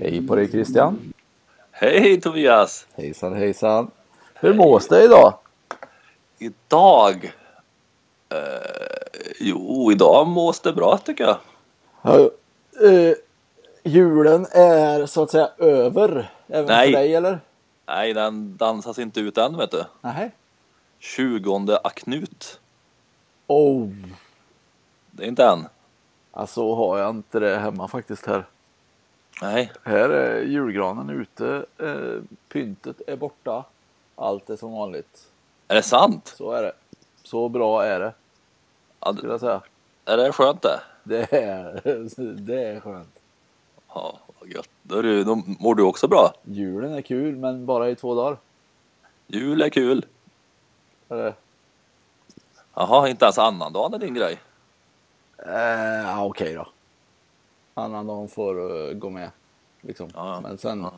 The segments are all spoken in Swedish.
Hej på dig Christian! Hej Tobias! Hejsan hejsan! Hur mås det idag? Idag? Eh, jo, idag mås det bra tycker jag. Ja, eh, julen är så att säga över även Nej. för dig eller? Nej, den dansas inte ut än vet du. Nej. 20 aknut. Oh, Det är inte än. alltså har jag inte det hemma faktiskt här. Nej, Här är julgranen ute, eh, pyntet är borta, allt är som vanligt. är det sant? Så är det. Så bra är det Ja, skulle det- jag säga. Är det skönt det? Det är, det är skönt. Ja, vad gött. Då, är du, då mår du också bra. Julen är kul men bara i två dagar. Jul är kul. Eller? Jaha, inte ens annandagen är din grej. Eh, ja, okej då. Annandagen får eh, gå med. Liksom. Ja, ja. Men sen, Ja.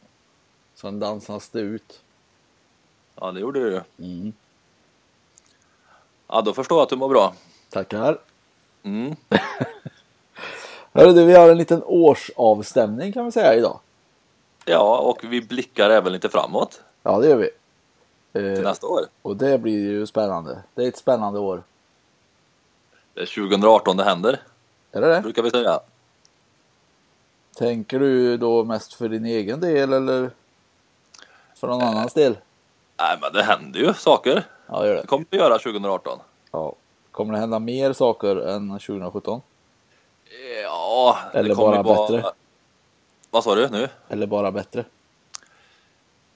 sen dansas det ut. Ja, det gjorde du ju. Ja, då förstår jag att du mår bra. Tackar. Mm. Hörru du, vi har en liten årsavstämning kan vi säga idag. Ja, och vi blickar även lite framåt Ja, det gör vi. till Eh, nästa år. och det blir ju spännande. Det är ett spännande år. Det är 2018 det händer, Är det det? brukar vi säga. Tänker du då mest för din egen del eller för Eh. någon annans del? Nej, men det händer ju saker. Ja, gör det. Det kommer vi göra 2018. Ja. Kommer det hända mer saker än 2017? Ja, Eller det kommer bara ju vara- bättre? Vad sa du nu? Eller bara bättre?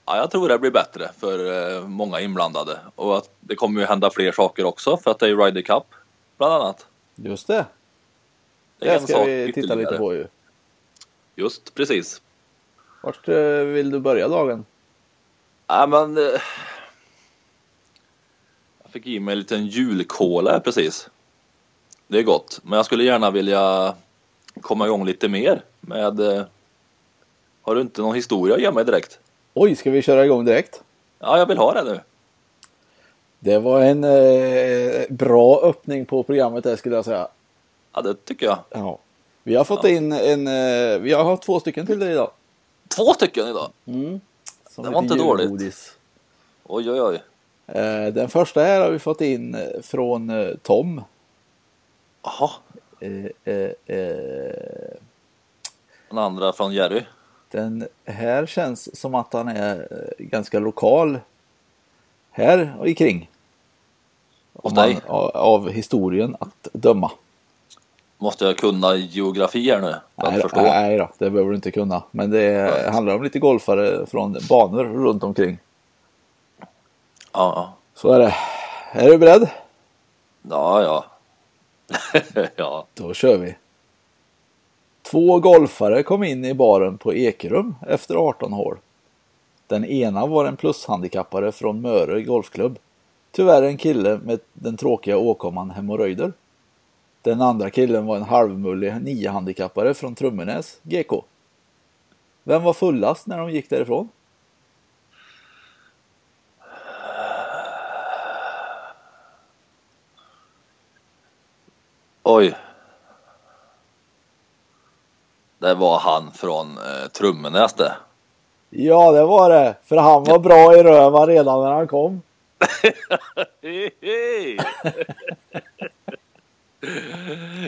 Ja, jag tror det blir bättre för eh, många inblandade och att det kommer ju hända fler saker också för att det är ju Ryder Cup bland annat. Just det. Det Det, är en ska sak vi titta lite ytterligare. på ju. Just precis. Vart eh, vill du börja dagen? Ja, men. eh, Jag fick i mig en liten julkola här precis. Det är gott, men jag skulle gärna vilja komma igång lite mer med. eh, Har du inte någon historia att ge mig direkt? Oj, ska vi köra igång direkt? Ja, jag vill ha det nu. Det var en eh, bra öppning på programmet där skulle jag säga. Ja, det tycker jag. Ja. Vi har fått in en, eh, vi har haft två stycken till dig idag. Två stycken idag. Som Det heter var inte dåligt. julgodis. Oj, oj, oj. Eh, den första här har vi fått in eh, från eh, Tom. Jaha, Eh, eh, eh, den andra från Jerry. den här känns som att han är eh, ganska lokal här och ikring. Hos Om man- dig. av, av historien att döma. Måste jag kunna geografi här nu? För att Nej, förstå. då, nej då, det behöver du inte kunna. Men det är, handlar om lite golfare från banor runt omkring. Ja, ja. Så är det. Är du beredd? Ja, ja. ja. Då kör vi. Två golfare kom in i baren på Ekerum efter 18 hål. Den ena var en plushandikappare från Möre golfklubb. Tyvärr en kille med den tråkiga åkomman hemorrojder. Den andra killen var en halvmullig niohandikappare från Trummenäs, GK. Vem var fullast när de gick därifrån? Oj. Det var han från eh, Trummenäs det. Ja, det var det. För han var bra i röva redan när han kom.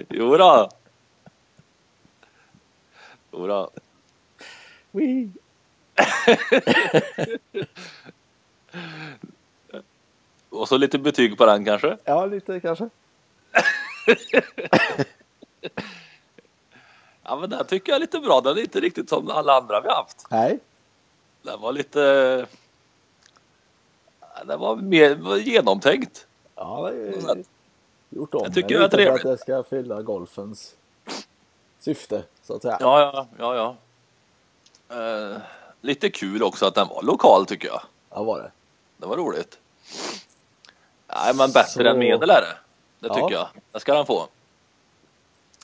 jo då. Jo då. Och så lite betyg på den kanske? Ja, lite kanske. Ja men den tycker jag är lite bra. Den är inte riktigt som alla andra vi har haft. Nej. Den var lite... Den var mer var genomtänkt. Ja, det Något är sätt. gjort om Mm. Jag tycker mig det lite är för att trevligt. det ska fylla golfens syfte, så att säga. Ja, ja, ja, ja. Eh, lite kul också att den var lokal tycker jag. Ja, var det. Det var roligt. Nej, men bättre Så- än medel är det. Det Ja. tycker jag. Det ska den få.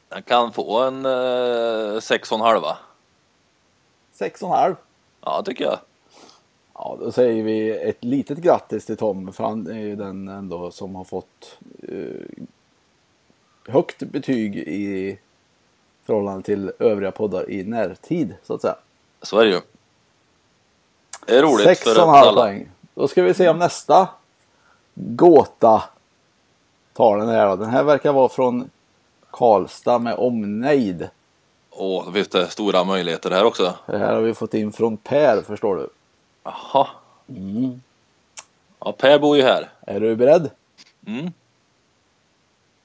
Den kan få en eh, sex och en halva. Sex och en halv. Ja, tycker jag. Ja, då säger vi ett litet grattis till Tom, för han är ju den ändå som har fått eh, högt betyg i förhållande till övriga poddar i närtid, så att säga. Så är det ju. Det är roligt Sex och en halv poäng. Då ska vi se om nästa gåta tar den här då. Den här verkar vara från Karlstad med omnejd. Åh, då finns det stora möjligheter här också. Det här har vi fått in från Per, förstår du. Jaha. Mm. Ja, Per bor ju här. Är du beredd? Mm.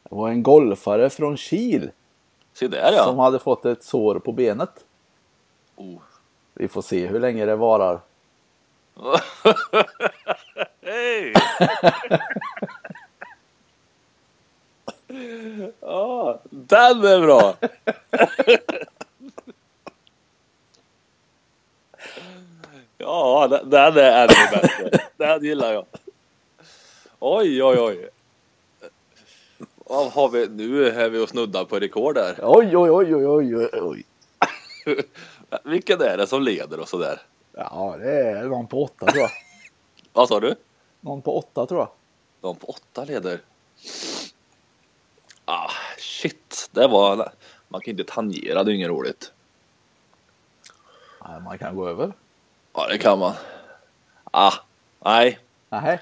Det var en golfare från Kil Se där ja. som hade fått ett sår på benet. Oh. Vi får se hur länge det varar. Hej! ja, den är bra! ja, den- den är ännu bättre. Den gillar jag. Oj, oj, oj. Vad har vi? Nu är vi och snuddar på rekord där. Oj, oj, oj, oj, oj, oj, oj. Vilken är det som leder och sådär? Ja, det är någon på åtta tror jag. Vad sa du? Någon på åtta tror jag. De på åtta leder. Ah, shit. Det var... Man kan inte tangera, det är inget roligt. Nej, man kan gå över. Ja, det kan man. Ah, nej. Nej,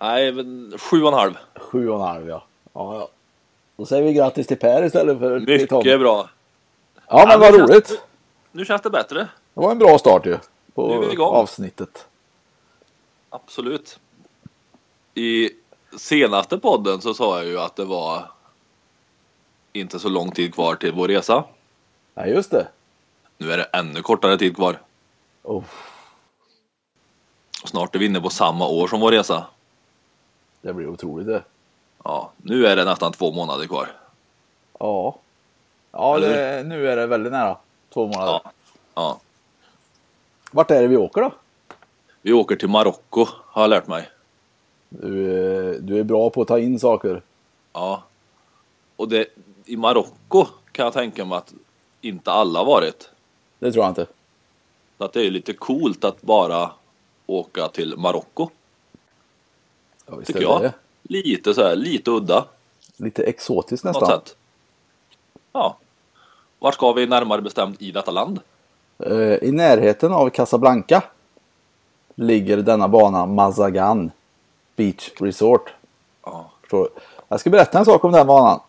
Nej, men sju och en halv. sju och en halv ja. ja, ja. Då säger vi grattis till Per istället för till Tom. Mycket bra. Ja, men vad roligt. Nu känns det bättre. Det var en bra start ju. Nu är På vi igång. avsnittet. Absolut. I senaste podden så sa jag ju att det var inte så lång tid kvar till vår resa. Ja, just det. Nu är det ännu kortare tid kvar. Oh, Snart är vi inne på samma år som vår resa. det blir otroligt det. Ja, nu är det nästan två månader kvar. Ja. Ja, Eller det, nu är det väldigt nära. Två månader. Ja. ja. Vart är det vi åker då? Vi åker till Marocko har jag lärt mig. Du, eh, du är bra på att ta in saker. Ja. Och det, i Marocko kan jag tänka mig att inte alla har varit. Det tror jag inte. Så att det är ju lite coolt att bara åka till Marocko. Ja, visst Tycker är det jag. det. Lite så här, lite udda. Lite exotiskt På något nästan. sätt. Ja. Vart ska vi närmare bestämt i detta land? Eh, I närheten av Casablanca ligger denna bana Mazagan Beach Resort. Ja. Förstår du? Jag ska berätta en sak om den banan.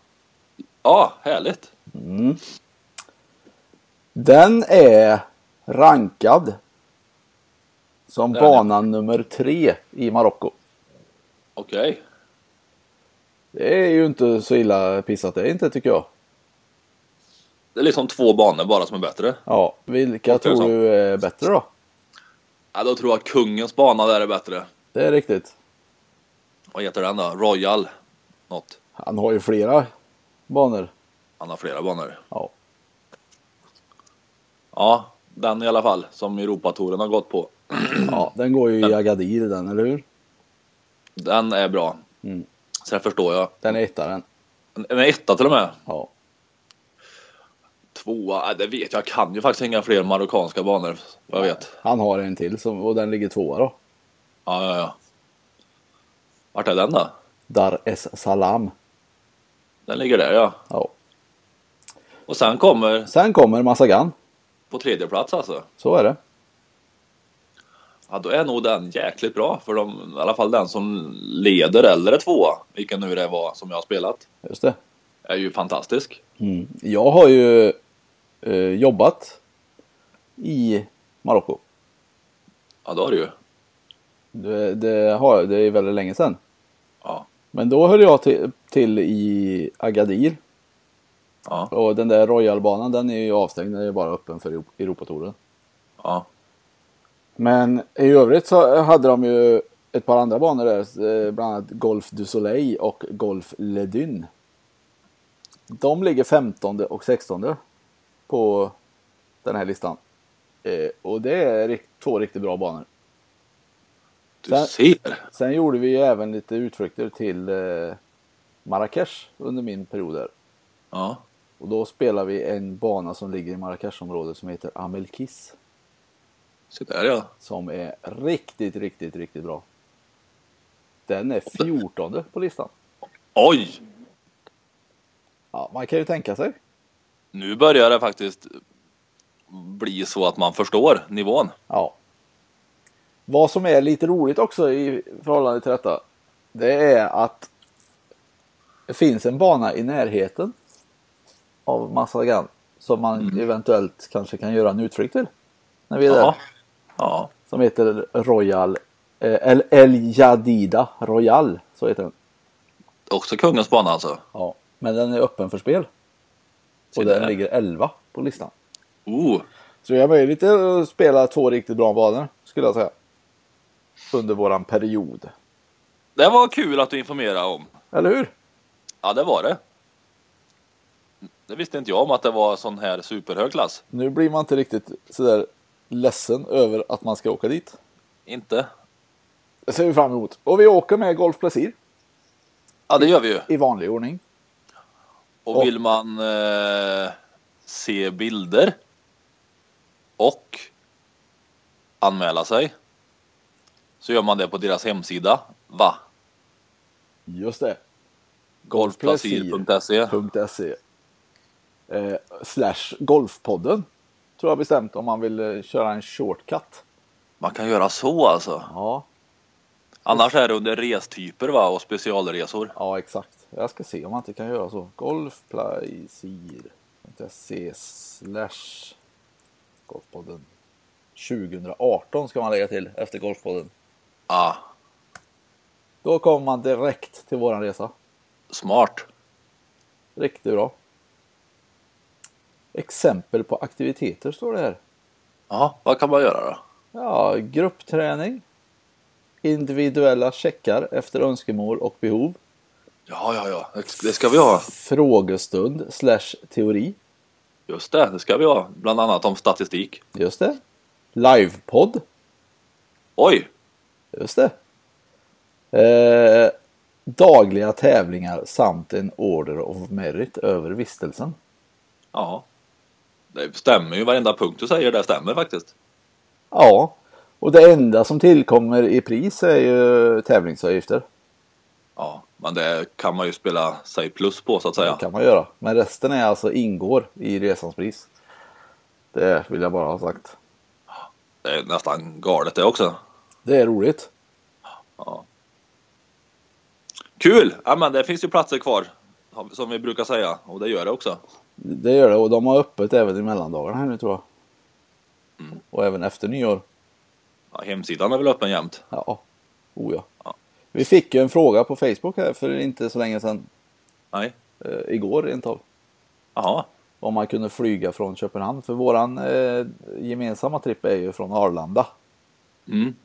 Ja, härligt. Den är rankad som Där är den. bana nummer tre i Marocko. Okej. Det är ju inte så illa pissat det är inte tycker jag. Det är liksom två banor bara som är bättre. Ja, vilka Låter det tror som. du är bättre då? Ja, då tror jag att kungens bana där är bättre. Det är riktigt. Vad heter den då? Royal? Något. Han har ju flera banor. Han har flera banor. Ja, Ja, den i alla fall som Europatouren har gått på. ja den går ju i Agadir den, eller hur? Den är bra. Sen förstår jag. Den är ettaren. En- En etta till och med. Ja, Tvåa, ja, det vet jag. Jag kan ju faktiskt inga fler marockanska banor. Vad jag vet. han har en till som, och den ligger tvåa då. Ja, ja, ja. Vart är den då? Dar es Salam. Den ligger där ja. Ja. Och sen kommer Sen kommer Mazagan. på tredje plats alltså. Så är det. Ja, då är nog den jäkligt bra för de, i alla fall den som leder eller är tvåa, vilken nu det var som jag har spelat, Just det. är ju fantastisk. Jag har ju eh, jobbat i Marocko. Ja, det har du ju. Det, det, har, jag- det är väldigt länge sedan. Ja. Men då höll jag till, till i Agadir. Ja. Och den där Royalbanan den är ju avstängd. Den är ju bara öppen för Europ- Europatouren. Ja. Men i övrigt så hade de ju ett par andra banor där. eh, Bland annat Golf du Soleil och Golf Le Dune. De ligger 15 och 16 på den här listan. Eh, Och det är rikt- två riktigt bra banor. Du Där- ser. Sen gjorde vi ju även lite utflykter till eh, Marrakesh under min period där. Ja. Och då spelar vi en bana som ligger i Marrakeshområdet som heter Amelkis. Se där ja. Som är riktigt, riktigt, riktigt bra. Den är 14 på listan. Oj! Ja, man kan ju tänka sig. Nu börjar det faktiskt bli så att man förstår nivån. Ja. Vad som är lite roligt också i förhållande till detta. Det är att det finns en bana i närheten av Massagan som man eventuellt kanske kan göra en utflykt till. När vi är där. Ja. Ja. Som heter Royal eh, El, El Jadida Royal. Så heter den. Också kungens bana alltså. Ja. Men den är öppen för spel. Och där. den ligger 11 på listan. Oh. Så vi har möjlighet att spela två riktigt bra banor skulle jag säga. Under våran period. Det var kul att du informerade om. Eller hur? Ja, det var det. Det visste inte jag om att det var sån här superhög klass. Nu blir man inte riktigt sådär ledsen över att man ska åka dit. Inte. Det ser vi fram emot. Och vi åker med Golf Placid Ja, det gör vi ju. i vanlig ordning. Och vill man eh, se bilder och anmäla sig så gör man det på deras hemsida. Va? Just det. Golfplacid.se. .se E. eh, Slash Golfpodden. Tror jag bestämt om man vill eh, köra en shortcut. Man kan göra så alltså. Ja, Annars är det under restyper va? och specialresor. ja exakt. Jag ska se om man inte kan göra så. Golfplacid.se Slash Golfpodden. 2018 ska man lägga till efter Golfpodden. Ah, Då kommer man direkt till våran resa. smart. Riktigt bra. Exempel på aktiviteter står det här. Ja, vad kan man göra då? Ja, gruppträning. Individuella checkar efter önskemål och behov. Ja, ja, ja, det det ska vi ha. Frågestund slash teori. Just det, det ska vi ha. Bland annat om statistik. Just det. Livepodd. Oj, Just det. Eh, dagliga tävlingar samt en order of merit över vistelsen. ja. Det stämmer ju. Varenda punkt du säger där stämmer faktiskt. Ja, och det enda som tillkommer i pris är ju tävlingsavgifter. Ja, men det kan man ju spela sig plus på så att säga. Det kan man göra. Men resten är alltså ingår i resans pris. Det vill jag bara ha sagt. Det är nästan galet det också. Det är roligt. Kul! Ja, men det finns ju platser kvar. Som vi brukar säga. Och det gör det också. Det gör det och de har öppet även i mellandagarna här nu tror jag. Och även efter nyår. Ja, hemsidan är väl öppen jämt. Ja, oh ja. Ja. Vi fick ju en fråga på Facebook här för inte så länge sedan. Nej. Eh, igår rent av. Jaha. Om man kunde flyga från Köpenhamn. För våran eh, gemensamma tripp är ju från Arlanda. Mm.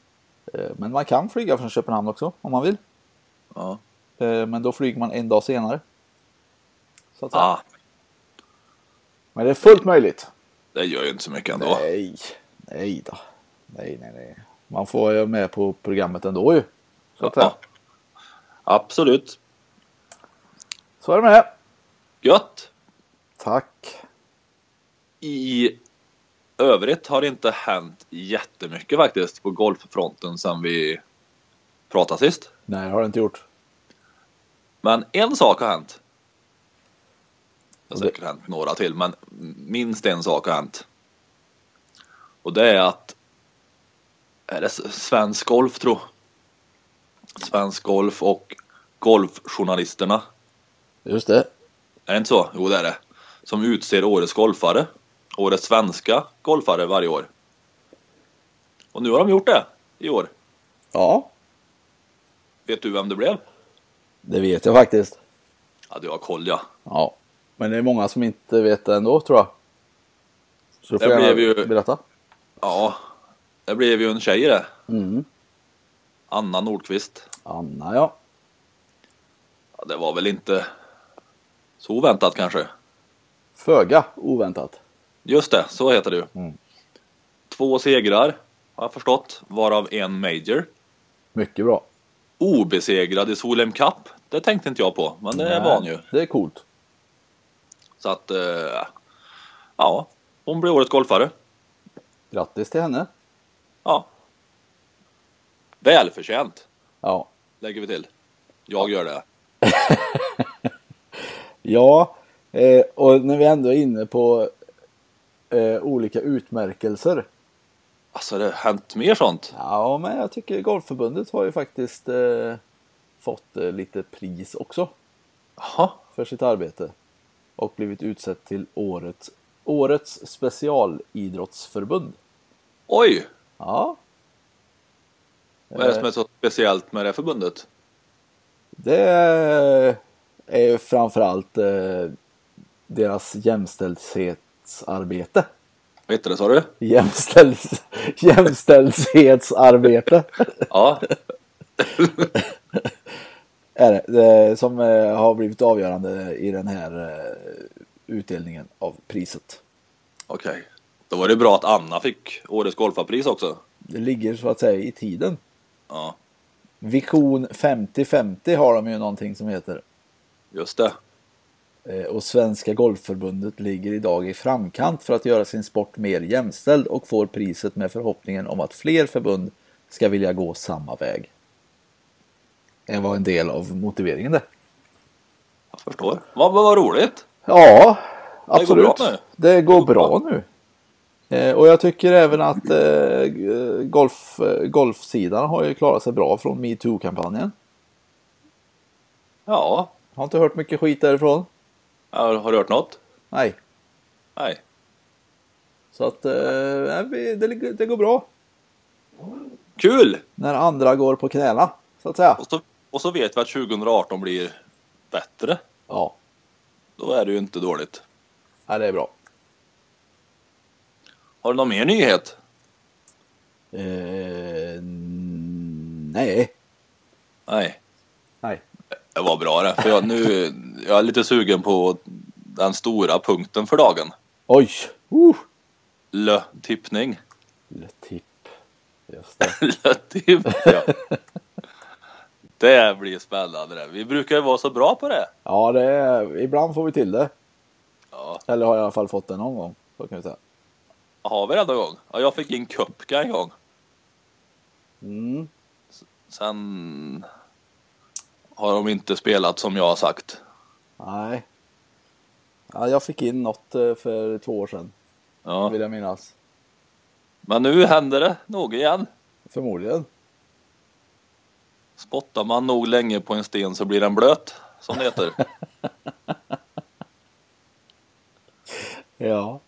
Eh, men man kan flyga från Köpenhamn också om man vill. Ja. Eh, men då flyger man en dag senare. Så att säga. Ah, Men det är fullt möjligt. det gör ju inte så mycket ändå. Nej, nej då. Nej, nej, nej. Man får ju med på programmet ändå ju. Så, att säga. Ja. Absolut. så är det med det. Gött! Tack. I övrigt har det inte hänt jättemycket faktiskt på golffronten sedan vi pratade sist. Nej, det har det inte gjort. Men en sak har hänt. Det har Och det- säkert hänt några till, men minst en sak har hänt. Och det är att är det S- Svensk Golf tror Svensk Golf och Golfjournalisterna. Just det. Är det inte så? Jo, det är det. Som utser årets golfare. Årets svenska golfare varje år. Och Och nu har de gjort det i år. Ja, Vet du vem det blev? det vet jag faktiskt. Ja, du har koll ja. Ja, men det är många som inte vet det ändå tror jag. Så du Det får gärna blev ju- berätta. Ja, det blev ju en tjej det. Mm. Anna Nordqvist. Anna ja. Ja, det var väl inte så oväntat kanske. Föga oväntat. Just det, så heter det ju. Mm. Två segrar har jag förstått, varav en major. Mycket bra. Obesegrad i Solheim Cup. Det tänkte inte jag på, men det var hon ju. Det är coolt. Så att, eh, ja, hon blir årets golfare. Grattis till henne. Ja. Välförtjänt, Ja. lägger vi till. Jag gör det. Ja, eh, och när vi ändå är inne på eh, olika utmärkelser. Alltså, det har hänt mer sånt. Ja, men jag tycker Golfförbundet har ju faktiskt eh, fått eh, lite pris också Jaha, för sitt arbete och blivit utsett till årets, årets specialidrottsförbund. oj! Ja, Vad är det som är så speciellt med det förbundet? det är ju framförallt eh, deras jämställdhetsarbete. Vad heter det sa du? Jämställs, jämställdhetsarbete. Ja, är det, det som eh, har blivit avgörande i den här eh, utdelningen av priset. okej. Då var det bra att Anna fick årets golfarpris också. Det ligger så att säga i tiden. Ja, Vision 50-50 har de ju någonting som heter. just det. Eh, Och Svenska Golfförbundet ligger idag i framkant för att göra sin sport mer jämställd och får priset med förhoppningen om att fler förbund ska vilja gå samma väg. Det var en del av motiveringen det. Jag förstår. Vad, vad, vad roligt! Ja, går absolut. bra nu. Det går bra nu. Eh, och jag tycker även att eh, golf, eh, golfsidan har ju klarat sig bra från metoo-kampanjen. Ja, Har inte hört mycket skit därifrån. har har du hört något? Nej, Nej. så att eh, nej, vi- det, ligger- det går bra. Kul! När andra går på knäna, så att säga. Och så, och så vet vi att 2018 blir bättre. Ja, Då är det ju inte dåligt. nej, det är bra. Har du någon mer nyhet? Eh, n- nej. Nej, Nej. det var bra det. För jag, nu, jag är lite sugen på den stora punkten för dagen. Oj! Uh. Lö-tippning. Lille Tipp. Just det. Lö-tipp, ja. Det blir spännande det. Vi brukar ju vara så bra på det. Ja, det är, ibland får vi till det. Ja, Eller har jag i alla fall fått det någon gång. Så kan vi säga. har vi det någon gång? Ja, jag fick in Köpka en gång. Mm. Sen har de inte spelat som jag har sagt. Nej. Ja, jag fick in något eh, för två år sedan, Ja. vill jag minnas. Men nu händer det nog igen. Förmodligen. Spottar man nog länge på en sten så blir den blöt, som det heter. Ja.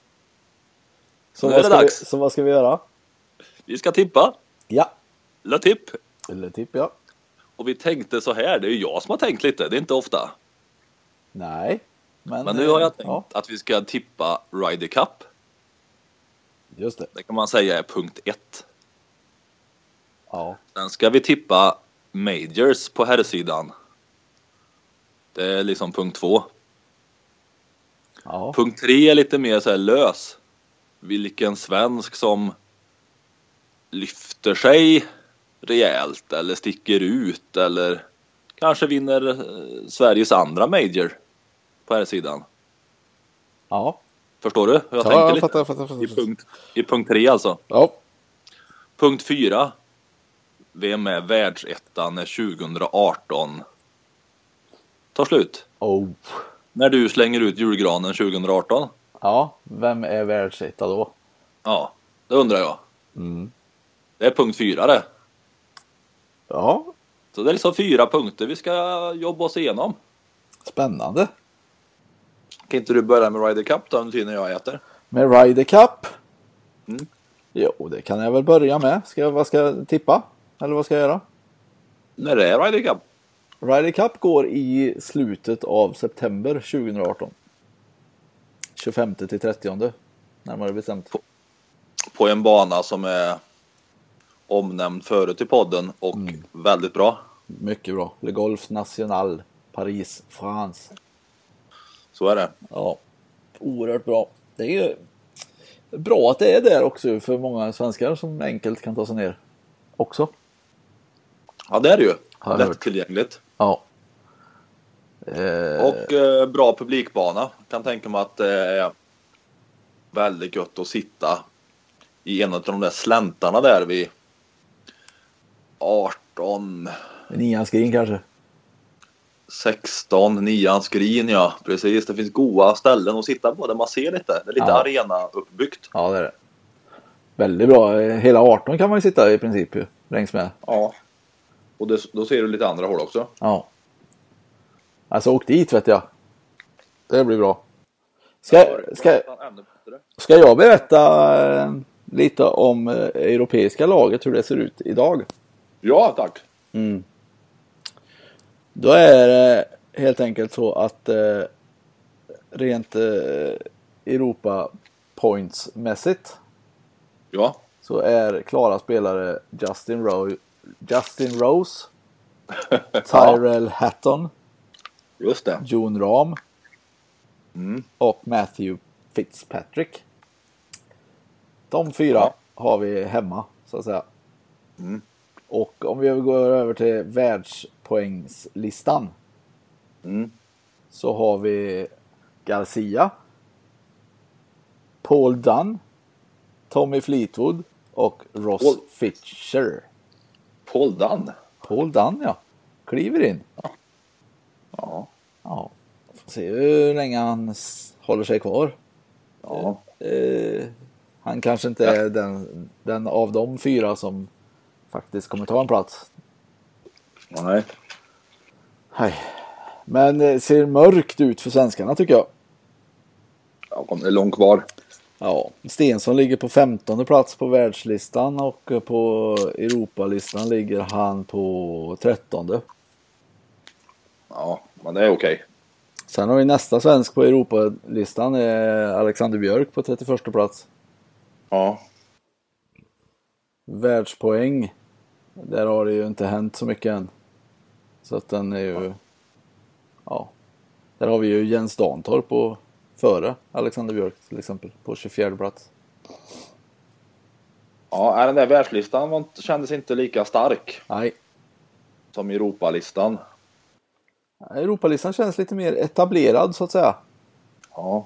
Så, Nu är vad det ska, vi, dags. så vad ska vi göra? Vi ska tippa, Ja. eller tipp. Eller tipp, ja. Och vi tänkte så här, det är ju jag som har tänkt lite, det är inte ofta. Nej. Men, Men nu har jag eh, tänkt Ja, att vi ska tippa Ryder Cup. just det. Det kan man säga är punkt ett. Ja. Sen ska vi tippa Majors på herrsidan. Det är liksom punkt två. Ja. Punkt tre är lite mer så här lös. Vilken svensk som lyfter sig rejält eller sticker ut eller kanske vinner eh, Sveriges andra major på här sidan. Ja. Förstår du hur jag Ja, tänker? jag lite? fattar, jag fattar, jag fattar. I, punkt, I punkt tre alltså. Ja. Punkt fyra. Vem är världsettan när 2018 tar slut? Oh. När du slänger ut julgranen 2018? Ja, vem är världsetta då? Ja, det undrar jag. Mm. Det är punkt fyra det. Ja, Så det är liksom fyra punkter vi ska jobba oss igenom. spännande. Kan inte du börja med Ryder Cup då under tiden jag äter? Mm. Med Ryder Cup. Jo, det kan jag väl börja med. Ska jag, vad ska jag tippa? Eller vad ska jag göra? När det är Ryder Cup? Ryder Cup går i slutet av september 2018. 25 till 30 närmare bestämt. På en bana som är omnämnd förut i podden och Mm. väldigt bra. Mycket bra. Le Golf National Paris France. Så är det. Ja, oerhört bra. Det är ju bra att det är där också för många svenskar som enkelt kan ta sig ner också. Ja, det är det ju. Har jag hört. Lättillgängligt. Ja. Och eh, bra publikbana. Kan tänka mig att det är väldigt gött att sitta i en av de där släntarna där vid 18, Nian Green kanske. 16, 9 skrin ja. Precis, det finns goda ställen att sitta på där man ser lite. Det är lite Ja. arena uppbyggt. Ja, det är det. Väldigt bra. Eh, Hela 18 kan man ju sitta i princip ju, längs med. Ja. Och det, då ser du lite andra håll också. Ja. Alltså åk dit vet jag. Det blir bra. Ska, Eh, ska, Ännu bättre. ska jag berätta eh, lite om eh, europeiska laget, hur det ser ut idag? Ja, tack. Då är det helt enkelt så att eh, rent eh, Europa pointsmässigt Ja. så är klara spelare Justin, Ro- Justin Rose, Tyrell Hatton, Just det. Jon Rahm Mm. och Matthew Fitzpatrick. De fyra Ja. Mm. har vi hemma så att säga. Och om vi går över till världspoängslistan Mm. så har vi Garcia, Paul Dunn, Tommy Fleetwood och Ross Paul- Fischer. Paul Dunn. Paul Dunn ja, kliver in. Ja. Ja, får se hur länge han s- håller sig kvar. ja. Eh, han kanske inte är den, den av de fyra som faktiskt kommer ta en plats. Nej. Nej. Men eh, ser mörkt ut för svenskarna tycker jag. Ja, kom, det är långt kvar. Ja, Stensson ligger på 15 plats på världslistan och eh, på Europalistan ligger han på 13. Ja, men det är okej. Sen har vi nästa svensk på Europalistan, eh, Alexander Björk på 31 plats. Ja. världspoäng. Där har det ju inte hänt så mycket än. Så att den är ju... Ja. Där har vi ju Jens Dantorp på före Alexander Björk till exempel på 24 plats. Ja, nej, den där världslistan var inte, kändes inte lika stark Nej, som Europalistan. Europalistan känns lite mer etablerad så att säga. Ja.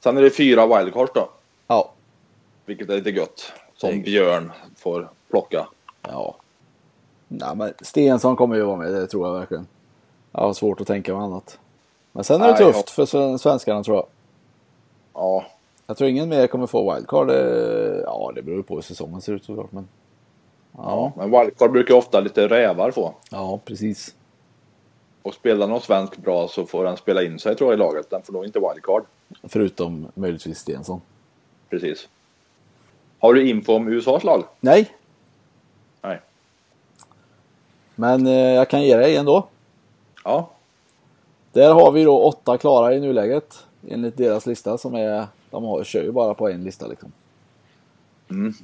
Sen är det fyra wildcards då, Ja, vilket är lite gött. Det är Som gött. Björn får plocka. ja. Nej men Stensson kommer ju vara med, det tror jag verkligen. Jag har svårt att tänka mig annat. Men sen är det Nej, jag- tufft för sven- svenskarna tror jag. Ja, Jag tror ingen mer kommer få wildcard. Eh, Ja, det beror ju på hur säsongen ser ut såklart men... Ja. men wildcard brukar ofta lite rävar få. Ja, precis. Och spelar någon svensk bra så får den spela in sig tror jag i laget. Den får nog inte wildcard. Förutom möjligtvis Stensson. Precis. Har du info om USAs lag? Nej, Nej. men eh, jag kan ge dig ändå. Ja. Där har vi då åtta klara i nuläget. Enligt deras lista som är... De har, kör ju bara på en lista liksom.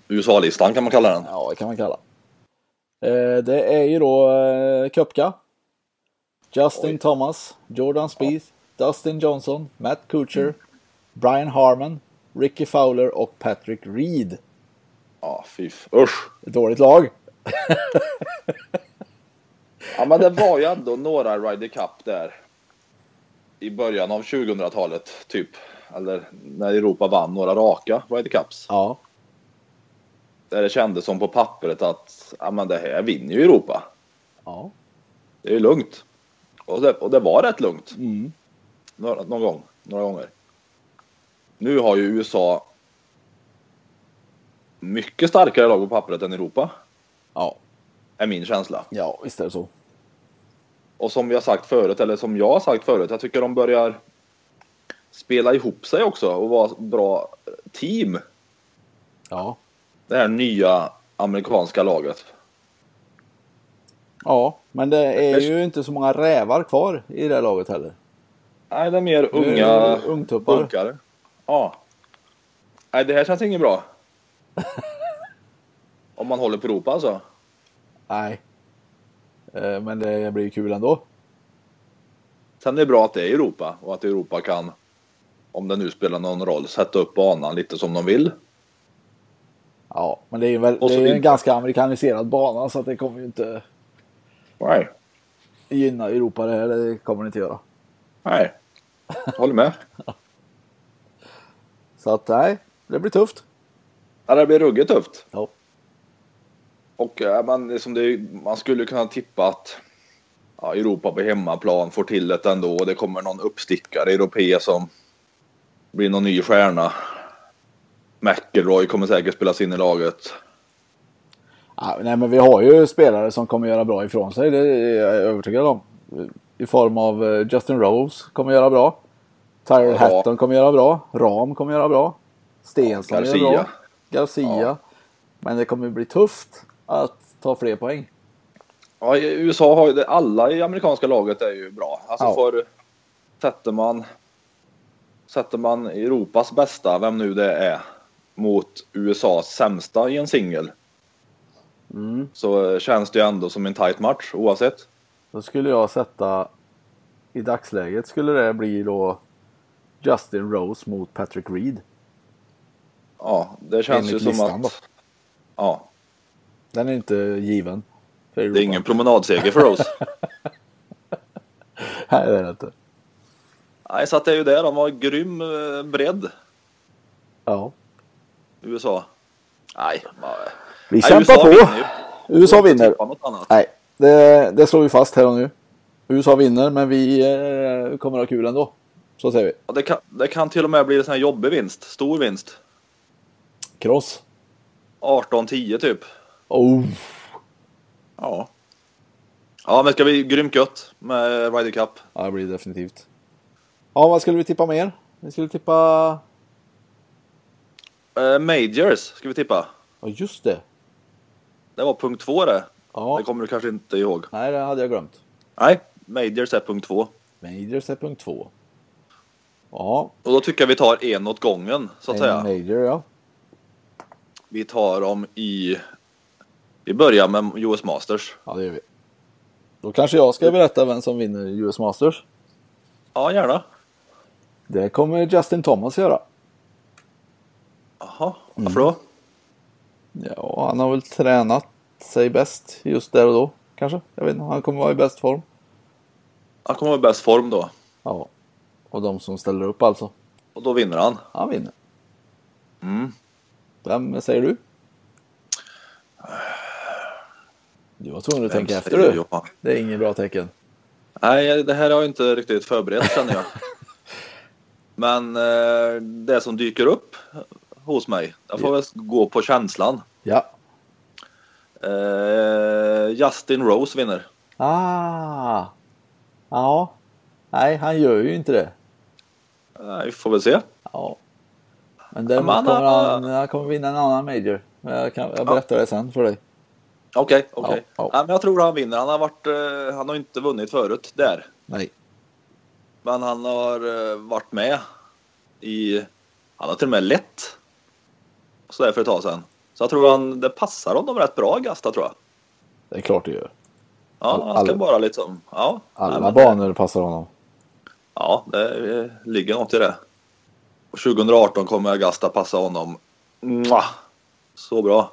USA-listan kan man kalla den. Ja, det kan man kalla. Eh, det är ju då eh, Köpka. Justin Oj. Thomas. Jordan Spieth. Dustin Johnson. Matt Kuchar. Brian Harmon. Ricky Fowler och Patrick Reed. Ja, fy f- usch. Ett dåligt lag. Ja, men det var ju ändå några Ryder Cup där. I början av 2000-talet, typ. Eller när Europa vann några raka Ryder Cups. Ja, Där det kändes som på pappret att ja, men det här vinner ju Europa. ja. Det är ju lugnt. Och det, och det var rätt lugnt. Några, någon gång, några gånger. Nu har ju USA mycket starkare lag på pappret än Europa. Ja, Är min känsla. ja visst är det så. Och som vi har sagt förut, eller som jag har sagt förut, jag tycker de börjar spela ihop sig också och vara bra team. Ja. Det här nya amerikanska laget. Ja, men det är ju inte så många rävar kvar i det här laget heller. Nej, det är mer Nu är det unga ungtuppar. punkare. Ja. Nej, det här känns inget bra. Om man håller på Europa alltså. Nej. Eh, Men det blir ju kul ändå. Sen är det bra att det är Europa och att Europa kan, om det nu spelar någon roll, sätta upp banan lite som de vill. Ja, men det är ju väl, Och det så är ju vinter. en ganska amerikaniserad bana så att det kommer ju inte Nej, gynna Europa det här. Det kommer det inte göra. nej. Jag håller med. Så att nej, det blir tufft. Ja, Det blir ruggigt tufft. Ja. Och eh, man, liksom det, är- man skulle kunna tippa att ja, Europa på hemmaplan får till det ändå och det kommer någon uppstickare europé som blir någon ny stjärna. McElroy kommer säkert spelas in i laget. Ja, Nej, men vi har ju spelare som kommer göra bra ifrån sig. Det är jag övertygad om. I form av eh, Justin Rose kommer göra bra. Tyrell Ja. Hatton kommer göra bra. Ram kommer göra bra. Stensson Garcia. gör bra. Garcia. Ja. Men det kommer bli tufft att ta fler poäng. Ja, i USA har ju det, alla i amerikanska laget är ju bra. Alltså Ja. för sätter man sätter man Europas bästa, vem nu det är, mot USAs sämsta i en singel så eh, känns det ju ändå som en tight match oavsett. Då skulle jag sätta... I dagsläget skulle det bli då Justin Rose mot Patrick Reed. Ja, det känns ju Enligt som listan att... då. Ja, Den är inte given. för det Europa. är ingen promenadseger för oss. Nej, det är det inte. Nej, så att det är ju det. De har grym eh, bredd, Ja. USA. Nej, man- Vi Nej, kämpar USA på. vinner ju. USA vinner. Tippa något annat. Nej, det, det slår vi fast här och nu. USA vinner, men vi eh, kommer ha kul ändå. Så säger vi. Ja, Det, kan, det kan till och med bli en sån här jobbig vinst, stor vinst. Kross. 18-10 typ. Oh. Ja. Ja, men det ska bli grymt gött med Ryder Cup. Ja, det blir det definitivt. Ja, vad skulle vi tippa mer? Vi skulle tippa... Eh, majors ska vi tippa. Ja, just det. Det var punkt två det. Ja. Det kommer du kanske inte ihåg. Nej, det hade jag glömt. Nej, Majors är punkt två. Majors är punkt två. Ja, Och då tycker jag vi tar en åt gången, så att en säga. major ja. Vi tar dem i... Vi börjar med US Masters. Ja, det gör vi. Då kanske jag ska berätta vem som vinner US Masters. Ja, gärna. Det kommer Justin Thomas göra. Jaha, Mm. varför då? Ja, han har väl tränat sig bäst just där och då. Kanske. Jag vet inte, han kommer vara i bäst form. Han kommer vara i bäst form då. Ja. Och de som ställer upp alltså. Och då vinner han. Han vinner. Mm. Vem säger du? Du var tvungen att Vem tänka efter säger du. jag? Det är inget bra tecken. Nej, det här har jag inte riktigt förberett känner jag. Men eh, det som dyker upp hos mig, jag får väl gå på känslan. Ja. Eh, Justin Rose vinner. Ah. Ja. Nej, han gör ju inte det. Eh, vi får väl se. Ja. Men däremot Men han kommer har- han, han kommer vinna en annan major. Men jag, kan, jag berättar det sen för dig. Okej, okej. Ja, ja. Nej, men jag tror han vinner. Han har, varit, eh, han har inte vunnit förut där. Nej. Men han har eh, varit med i... Han har till och med lett. Så där för ett tag sedan. Så jag tror han, det passar honom rätt bra, Gasta, tror jag. Det är klart det gör. Ja, han ska alla- bara liksom... Ja, Alla nej, men- banor passar honom. Ja, det eh, ligger något i det. Och 2018 kommer Gasta passa honom. Mwah! Så bra.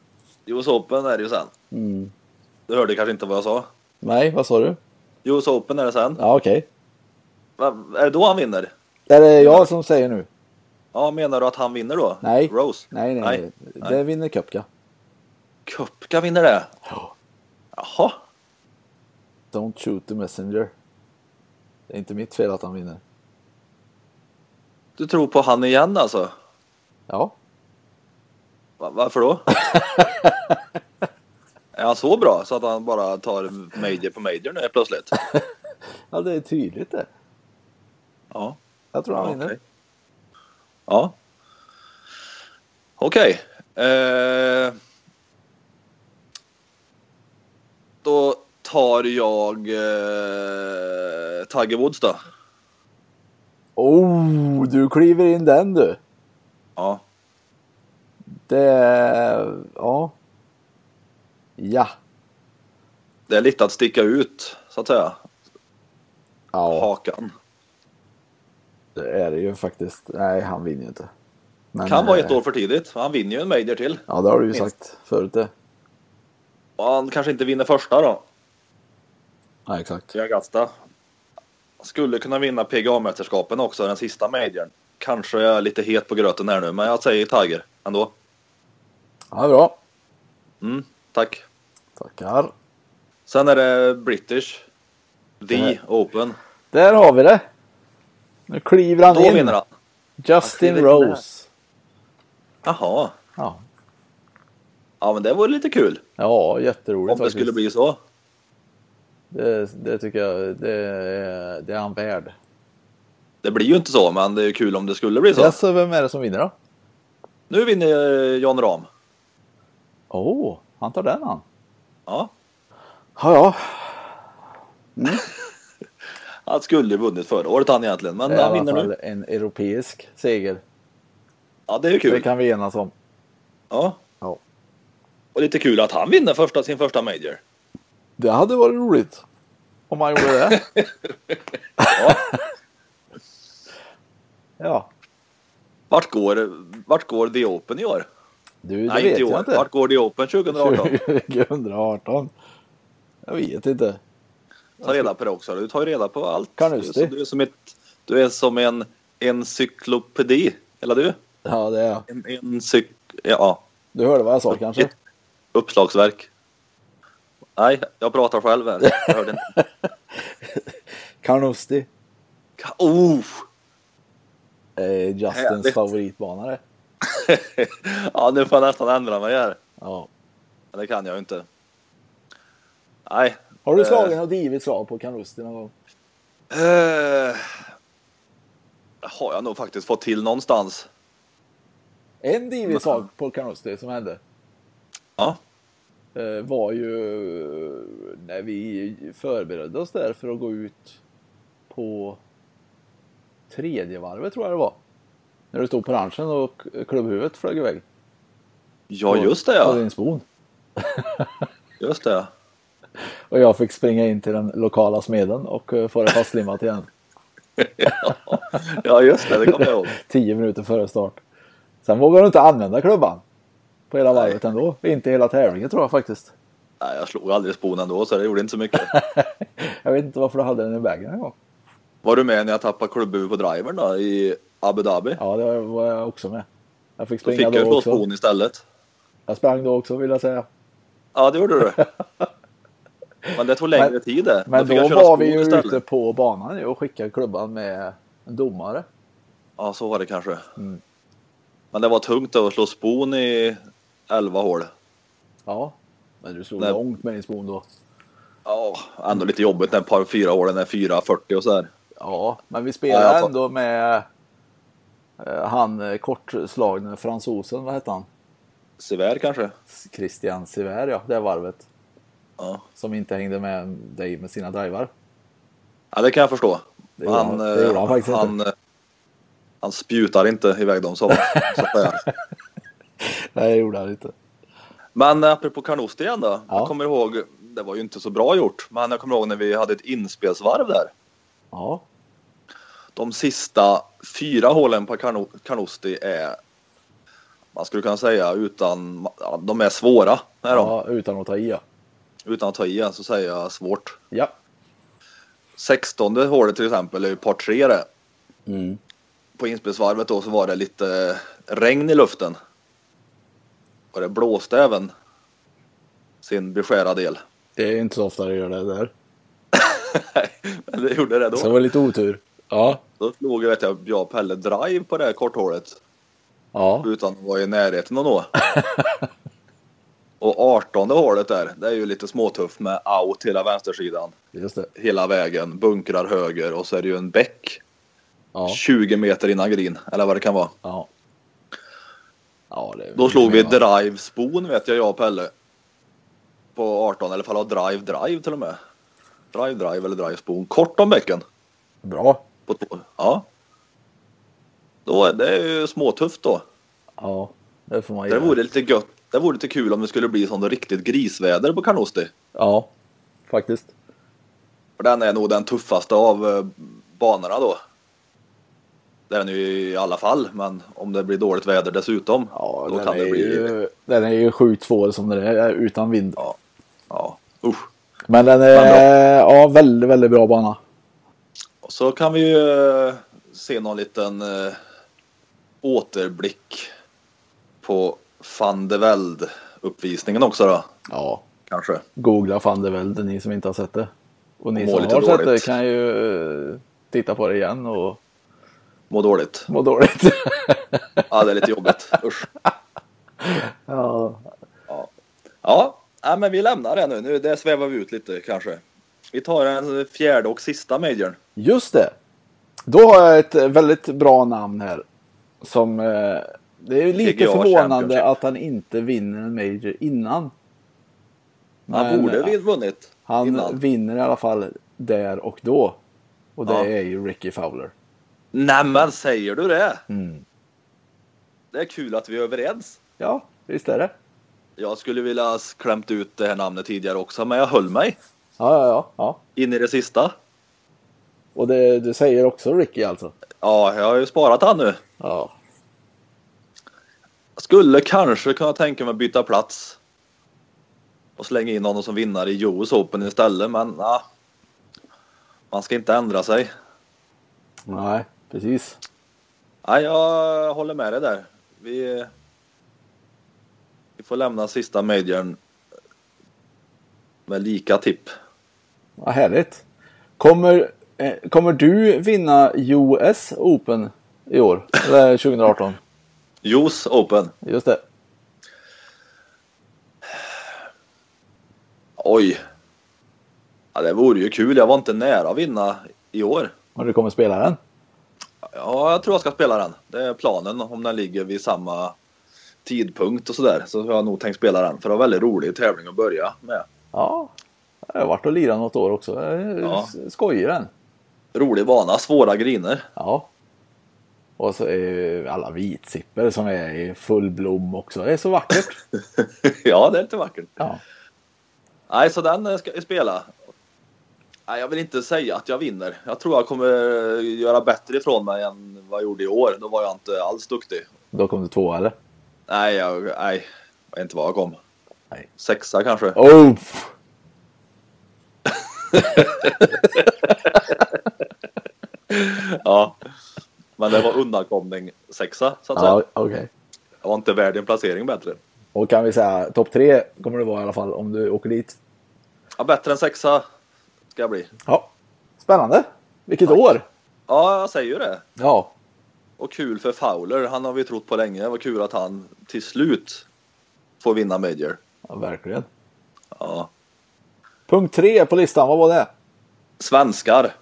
US Open är det ju sen. Mm. Du hörde kanske inte vad jag sa. Nej, vad sa du? US Open är det sen. Ja, okej. Va, är det då han vinner? Är det jag som säger nu? Ja, menar du att han vinner då? Nej. Rose? Nej, nej, nej. Det vinner Köpka. Kupka vinner det? Ja. Jaha. Don't shoot the messenger. Det är inte mitt fel att han vinner. Du tror på han igen alltså? Ja, Va- Varför då? är han så bra så att han bara tar major på major nu helt plötsligt? ja det är tydligt det. Ja. Jag tror han Ja, vinner. okej. Ja. Okej. Eh, då tar jag eh, Tiger Woods då. Oh, du kliver in den du. Ja. Det... Ja. Ja. Det är lite att sticka ut så att säga. Ja, Hakan. det är det ju faktiskt. Nej, han vinner ju inte. Men, Kan vara ett eh, år för tidigt. för Han vinner ju en major till. Ja, det har du ju minst. sagt förut det. Och han kanske inte vinner första då. Ja, exakt. till Augusta. Skulle kunna vinna PGA-mästerskapen också, den sista majorn. Kanske är jag lite het på gröten här nu, men jag säger Tiger ändå. Ja, bra. Mm, tack. Tackar. Sen är det British. The här- Open. Där har vi det. Nu kliver han Då in. vinner han. Justin Han kliver in Rose. Jaha. Ja. Ja, men det vore lite kul. ja, jätteroligt Om det faktiskt. skulle bli så. det, det tycker jag, det, är- det är han värd. Det blir ju inte så, men det är ju kul om det skulle bli så. Ja, så vem är det som vinner då? Nu vinner eh, John Rahm. Åh, oh, han tar den han. Ja. Ja, ja. Han skulle ju vunnit förra året han egentligen, men Det är han i alla vinner fall nu. en europeisk seger. Ja, det är ju Det kul. kan vi enas om. Ja. Ja. Och lite kul att han vinner första, sin första major. Det hade varit roligt. Om man gjorde det. ja. Vart går, vart går The Open i år? Du, det Nej, vet inte i år. jag inte. Vart går The Open 2018? 2018. Jag vet inte. Ta reda på det också. Du tar ju reda på allt. Carnoustie. Du är som, du är som, ett, du är som en encyklopedi. Eller du? Ja, det är jag. En encyk... Ja, Du hörde vad jag sa kanske? ett uppslagsverk. Nej, jag pratar själv här. Jag hörde inte. Carnoustie. Ka- Oh! Eh, Justins Härligt. favoritbana det. Ja, nu får jag nästan ändra mig här. Ja. Men det kan jag ju inte. Nej. Har du Eh. slagit något divigt slag på Carnoustie någon gång? Eh, har jag nog faktiskt fått till någonstans. En divig sak på Carnoustie som hände Ja. eh, var ju eh, när vi förberedde oss där för att gå ut på tredje varvet tror jag det var. När du stod på ranchen och klubbhuvudet flög iväg. Ja, just det På ja. din spon. Just det. Och jag fick springa in till den lokala smeden och eh, få det fastlimmat igen. Ja, just det. Det kommer jag ihåg. Tio minuter före start. Sen vågade du inte använda klubban. På hela varvet ändå. Inte hela tävlingen tror jag faktiskt. Nej, jag slog aldrig spon ändå, så det gjorde inte så mycket. Jag vet inte varför du hade den i vägen en gång. Var du med när jag tappade klubbhuvudet på drivern då i Abu Dhabi? Ja, det var jag också med. Jag fick Då fick springa jag då, ju slå också. spon istället. Jag sprang då också vill jag säga. Ja, det gjorde du. Men det tog längre Men- tid det. Men då, fick jag köra var spon vi ju istället. ute på banan ju och skickade klubban med en domare. Mm. Ja, så var det kanske. Men det var tungt att slå spon i 11 hål. Ja, men du slog Nej. långt med din spon då. Ja, ändå lite jobbigt när par fyra hålen är 4.40 och sådär. Ja, men vi spelar Ja, jag får- ändå med eh, han eh, kortslagne fransosen, vad hette han? Sevär kanske? Christian Sivert, ja, det varvet. Ja. Som inte hängde med dig med sina drivar. ja, det kan jag förstå. Det gjorde han- det gjorde han faktiskt han, inte. eh, han spjutar inte iväg dem så. så att säga. Nej, det gjorde han inte. Men apropå Carnoustie igen då. Ja. Jag kommer ihåg, det var ju inte så bra gjort, men jag kommer ihåg när vi hade ett inspelsvarv där. Ja, De sista fyra hålen på Carno- Carnoustie är, man skulle kunna säga utan, ja, de är svåra. Är de. ja utan att ta i ja. Utan att ta i så säger jag svårt. Ja, Sextonde hålet till exempel är ju par tre det. Mm. På inspelsvarvet då så var det lite regn i luften. Och det blåste även sin beskärda del. det är inte så ofta det gör det där. Men det gjorde det då. Så det var lite otur. Ja, Då slog jag, vet jag, jag och Pelle drive på det här korthålet ja, utan att vara i närheten att nå. Och 18 hålet där, det är ju lite småtufft med out hela vänstersidan, just det. hela vägen, bunkrar höger och så är det ju en bäck Ja, 20 meter innan green, eller vad det kan vara. ja. ja det är Då slog vi imponerande. drive spon vet jag, jag och Pelle. På 18, eller fall ha drive drive till och med. Drive drive eller drive spon, kort om bäcken. Bra. På två. Ja. Då är det ju småtufft då. Ja, det får man Det göra. vore lite gött. Det vore lite kul om det skulle bli sånt riktigt grisväder på Carnoustie. Ja, faktiskt. För den är nog den tuffaste av eh, banorna då. Det är den ju i alla fall, men om det blir dåligt väder dessutom. Ja, då den, kan är det bli... ju, den är ju sjukt svår som den är utan vind. Ja. ja, usch. Men den är Men bra. ja, väldigt, väldigt bra bana. Och så kan vi ju eh, se någon liten eh, återblick på van de Velde uppvisningen också då, Ja, kanske. googla van der Velde ni som inte har sett det. Och ni Må som lite har sett det dåligt. kan ju eh, titta på det igen och Må dåligt. må dåligt. Ja, det är lite jobbigt. Usch. ja. Ja, nej, men vi lämnar det nu. nu. Det svävar vi ut lite kanske. Vi tar den fjärde och sista majorn. Just det. Då har jag ett eh, väldigt bra namn här. Som, eh, det är ju lite PGA förvånande Championship. att han inte vinner en major innan. Han Men, borde eh, vi vunnit Han innan. vinner i alla fall där och då. Och det Ja. är ju Ricky Fowler. Nej, men säger du det? Mm. Det är kul att vi är överens. Ja, visst är det. Jag skulle vilja ha klämt ut det här namnet tidigare också, men jag höll mig Ja, ja, ja. ja. in i det sista. Och det, du säger också Ricky alltså? Ja, jag har ju sparat han nu. Ja. Jag skulle kanske kunna tänka mig att byta plats och slänga in honom som vinnare i US Open istället, men ja. Man ska inte ändra sig. Nej, precis. Nej, jag håller med dig där. Vi, vi får lämna sista majorn med lika tipp. Vad härligt. Kommer, eh, kommer du vinna US Open i år? Eller 2018? Juice Open. Just det. Oj. Ja, det vore ju kul. Jag var inte nära att vinna i år. Och du kommer spela den? Ja, jag tror jag ska spela den. Det är planen om den ligger vid samma tidpunkt och sådär. Så har jag nog tänkt spela den. För det var en väldigt rolig tävling att börja med. Ja. Jag har varit och lirat något år också. Ja. Ja. Skojig den. Rolig bana, svåra griner. Ja. Och så är ju alla vitsippor som är i full blom också. Det är så vackert. ja, det är lite vackert. Ja. Nej, så den eh, ska jag spela. Nej, jag vill inte säga att jag vinner. Jag tror jag kommer eh, göra bättre ifrån mig än vad jag gjorde i år. Då var jag inte alls duktig. Då kom du två eller? Nej, jag, nej, jag vet inte var jag kom. Nej. Sexa kanske. Oh! Ja. Men det var undankomning sexa, så att Ja, säga. okej. Jag var inte värd en placering bättre. Och kan vi säga topp tre kommer det vara i alla fall om du åker dit. Ja, bättre än sexa ska jag bli. Ja. Spännande. Vilket år! Ja, jag säger ju det. Ja. Och kul för Fowler, han har vi trott på länge. Vad kul att han till slut får vinna Major. Ja, verkligen. Ja. Punkt tre på listan, vad var det? Svenskar,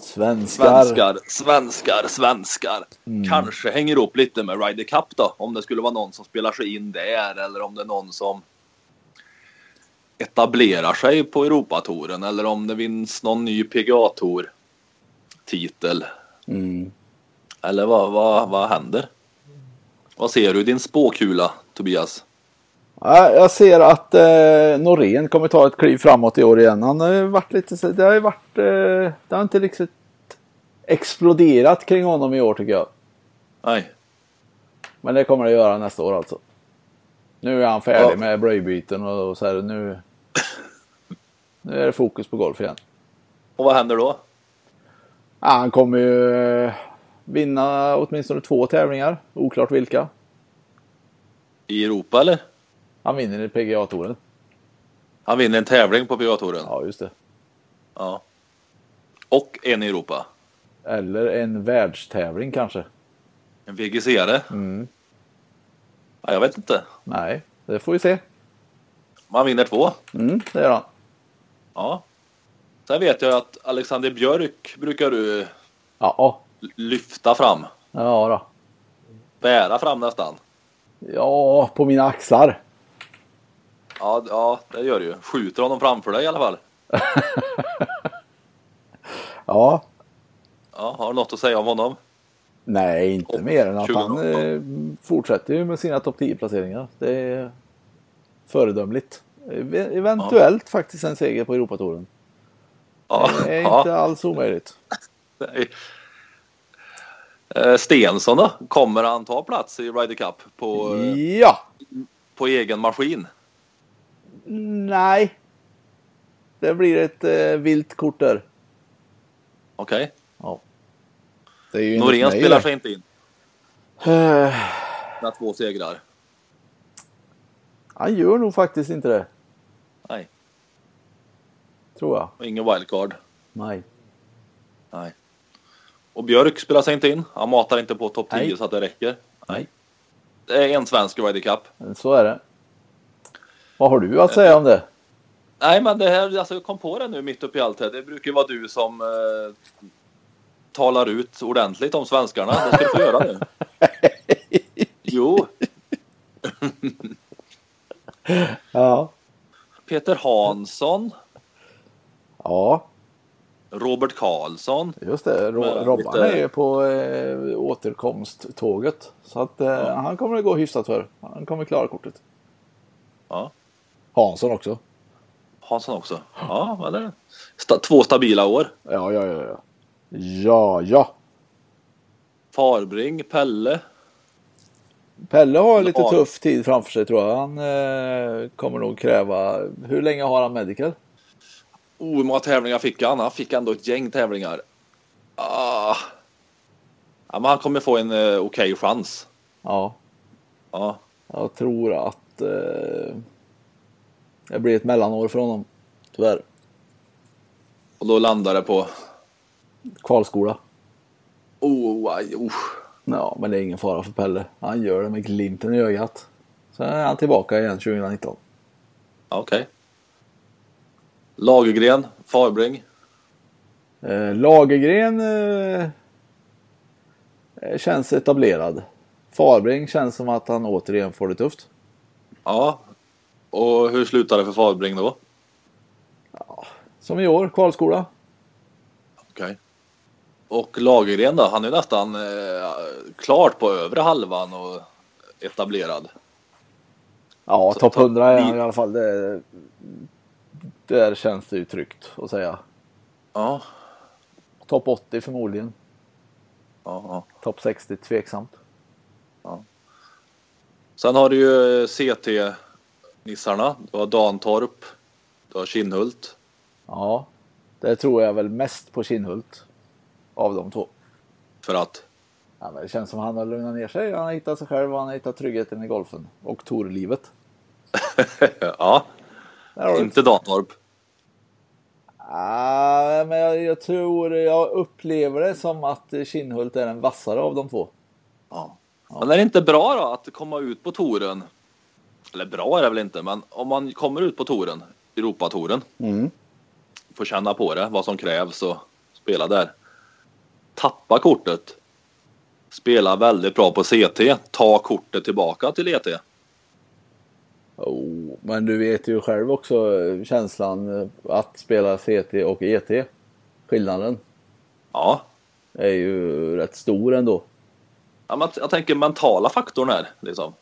Svenskar. svenskar, svenskar, svenskar. Mm. Kanske hänger ihop lite med Ryder Cup då. Om det skulle vara någon som spelar sig in där eller om det är någon som etablerar sig på Europatouren eller om det vinns någon ny pga tour titel Mm. Eller vad, vad, vad händer? Vad ser du i din spåkula, Tobias? Ja, jag ser att eh, Norén kommer ta ett kliv framåt i år igen. Han har ju varit lite så, det har ju varit, eh, det har inte liksom exploderat kring honom i år tycker jag. Nej. Men det kommer det göra nästa år alltså. Nu är han färdig Ja. med blöjbyten och, och så här, nu, nu är det fokus på golf igen. Och vad händer då? Ja, han kommer ju eh, vinna åtminstone två tävlingar, oklart vilka. I Europa eller? Han vinner i PGA-touren. Han vinner en tävling på pga touren Ja, just det. Ja. Och en i Europa. Eller en världstävling kanske. En VGC-are? Mm. Ja, jag vet inte. Nej, det får vi se. Man vinner två. Mm, det gör han. Ja. Sen vet jag att Alexander Björk brukar du Ja, lyfta fram. ja då. Bära fram nästan. Ja, på mina axlar. Ja, d- ja det gör du ju. Skjuter honom framför dig i alla fall. Ja, Ja, har du något att säga om honom? nej, inte Och mer än att han 2018. eh, fortsätter ju med sina topp 10 placeringar. Det är föredömligt. Ev- Eventuellt faktiskt en seger på Europatouren. Ja. Det är inte ja. alls omöjligt. nej. Eh, Stensson då? Kommer han ta plats i Ryder Cup på, eh, Ja, på egen maskin? nej. Det blir ett eh, vilt kort där. Okej. Ja. Det är ju inget Norén nej, spelar det. sig inte in. Eh, Med två segrar. Han gör nog faktiskt inte det, Nej. tror jag. Och ingen wildcard. Nej. Nej. Och Björk spelar sig inte in. Han matar inte på topp 10 Nej. så att det räcker. Nej. Det är en svensk i Ryder Cup. Men Eh, Så är det. Vad har du att säga om det? Nej, men det här, alltså, jag kom på det nu mitt uppe i allt här. Det brukar ju vara du som eh, talar ut ordentligt om svenskarna. Det ska du få göra nu. Jo, Ja. Peter Hansson, Ja, Robert Karlsson. just det. Ro- Men Robban lite- är ju på eh, återkomsttåget. Så att eh, han kommer det gå hyfsat för. Han kommer klara kortet. Ja, Hansson också. Hansson också. Ja, vad är det? Sta- två stabila år. Ja, ja, ja. Ja, ja. ja. Farbring, Pelle. Pelle har lite Ja. tuff tid framför sig tror jag. Han eh, kommer nog kräva... Hur länge har han Medical? Oh, hur många tävlingar fick han? Han fick ändå ett gäng tävlingar. Ah. Ja, men han kommer få en eh, okej chans. Ja, Ja. jag tror att eh, det blir ett mellanår för honom. Tyvärr. Och då landar det på... Karlskola. Oh, aj, oh. Ja, men det är ingen fara för Pelle. Han gör det med glimten i ögat. Sen är han tillbaka igen 2019. Ja, Okej. Lagergren, Farbring. Eh, Lagergren eh, eh, känns etablerad. Farbring känns som att han återigen får det tufft. Ja. Och hur slutar det för Farbring då? Som i år, Karlskola. Okej. Och Lagergren då? Han är ju nästan eh, klart på övre halvan och etablerad. Ja, Så- topp topp 100 är han nio. i alla fall. Det, där känns det ju tryggt att säga. Ja. Topp 80 förmodligen. ja, ja. Topp 60 tveksamt. Sen har du ju CT-nissarna. Du har Dantorp. Du har Kinnhult. Ja, det tror jag väl mest på Kinnhult av de två. För att... Ja, men det känns som han har lugnat ner sig. Han har hittat sig själv och han har hittat tryggheten i golfen och torlivet. eh, ja, Där har du det. inte Dantorp. Ah, men jag, jag tror, jag upplever det som att Kinnhult är den vassare av de två. Ja. Men är det inte bra då att komma ut på touren? Eller bra är det väl inte, men om man kommer ut på touren, Europatouren. Mm. Får känna på det, vad som krävs och spela där. Tappa kortet. Spela väldigt bra på CT. Ta kortet tillbaka till E ET. Oh, men du vet ju själv också eh, känslan eh, att spela CT och ET. Skillnaden Ja, är ju rätt stor ändå. ja men jag tänker mentala faktorn här. Liksom.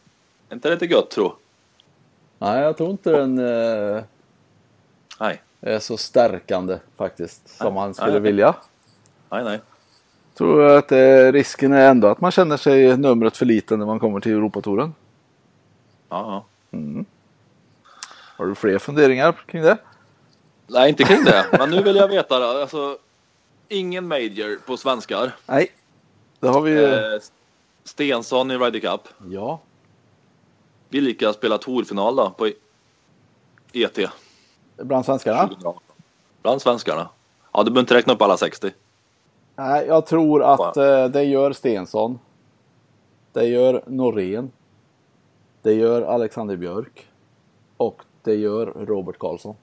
Är inte det lite gött tro? Nej, jag tror inte den eh, Nej, är så stärkande faktiskt som man skulle nej. vilja. nej, nej. Tror jag att eh, risken är ändå att man känner sig numret för liten när man kommer till Europatouren. Ja, ja. Har du fler funderingar kring det? Nej, inte kring det. Men nu vill jag veta. då, Alltså, ingen major på svenskar. Nej. Det har vi ju. Eh, Stensson i Ryder Cup. Ja. Vilka spelar tourfinal då på ET Bland svenskarna? 2018? Bland svenskarna? Ja, du behöver inte räkna upp alla 60. Nej, jag tror att eh, det gör Stensson. Det gör Norén. Det gör Alexander Björk. Och det gör Robert Karlsson.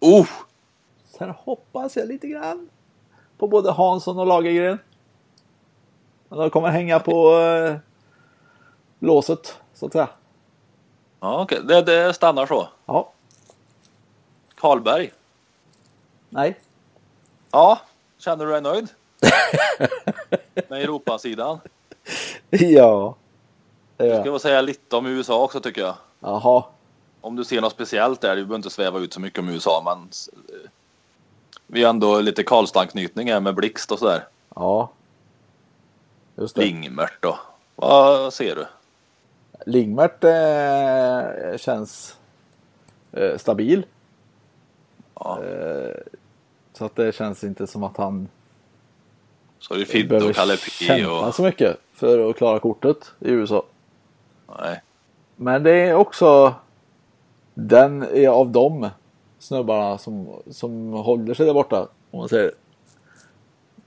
Oh! Sen hoppas jag lite grann på både Hansson och Lagergren. Men De kommer hänga på eh, låset, så att säga. Ja, okej. Det, det stannar så. Ja, Karlberg. nej. Ja, känner du dig nöjd? Med Europasidan. Ja. Det gör Jag ska jag. väl säga lite om USA också tycker jag. Eh, Jaha. Om du ser något speciellt där, du behöver inte sväva ut så mycket om USA men eh, vi har ändå lite Karlstad-anknytning här med Blixt och sådär. Ja. Just det. Lingmört då. Vad ser du? Lingmert eh, känns eh, stabil. Ja. Eh, så att det känns inte som att han Så är det Fidde behöver och Kalle P kämpa alltså. och... så mycket för att klara kortet i USA. Nej. Men det är också den är av de snubbarna som, som håller sig där borta. Om man säger.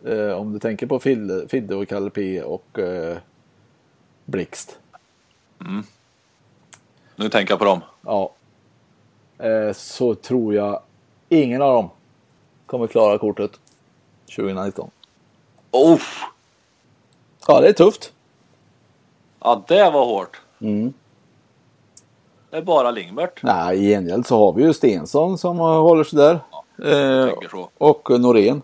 Eh, om du tänker på Fidde, Fidde och Kalle P och eh, Blixt. Nu tänker jag på dem. Ja. Eh, så tror jag ingen av dem kommer klara kortet 2019. Oh! Ja, det är tufft. Ja, det var hårt. Mm. Det är bara Lingmert. Nej, i gengäld så har vi ju Stensson som eh, håller sig där. Eh, tänker så. och Norén.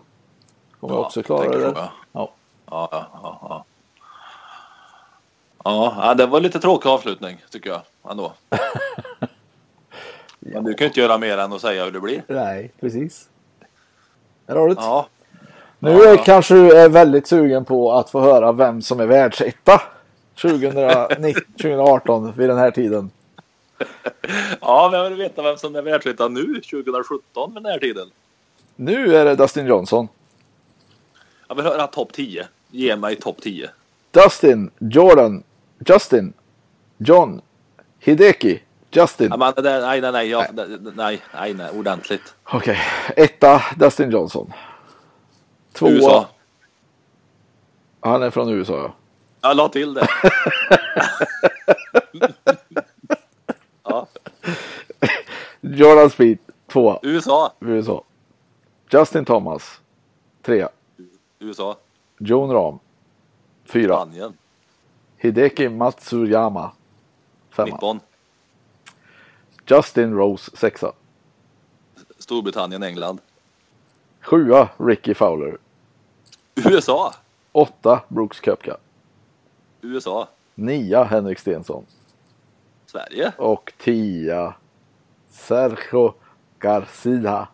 Kommer också klara tänker det. så, ja. Ja. Ja, ja, ja, ja. Ja, ja, det var lite tråkig avslutning tycker jag ändå. Men du kan ju inte göra mer än att säga hur det blir. Nej, precis. Där har du det. Ja, Nu är, kanske du är väldigt sugen på att få höra vem som är världsetta 2019, 2018 vid den här tiden. ja vem vill veta vem som är världsetta nu 2017 med den här tiden? Nu är det Dustin Johnson. Jag vill höra topp 10. Ge mig topp 10. Dustin, Jordan, Justin, John, Hideki, Justin. Ja, men, det där- nej, nej, nej, jag, nej, nej, nej, nej, ordentligt. Okej, etta Dustin Johnson. Tvåa, USA. han är från USA ja. Jag la till det. ja, Jordan Speed, tvåa, USA. USA. Justin Thomas, trea. USA. Jon Rahm, fyra. Spanien. Hideki Matsuyama, femma. Nippon. Justin Rose, sexa. Storbritannien. England. Sjua, Ricky Fowler. USA. Åtta, Brooks Koepka. USA. Nia, Henrik Stenson. Sverige. och tia Sergio Garcia,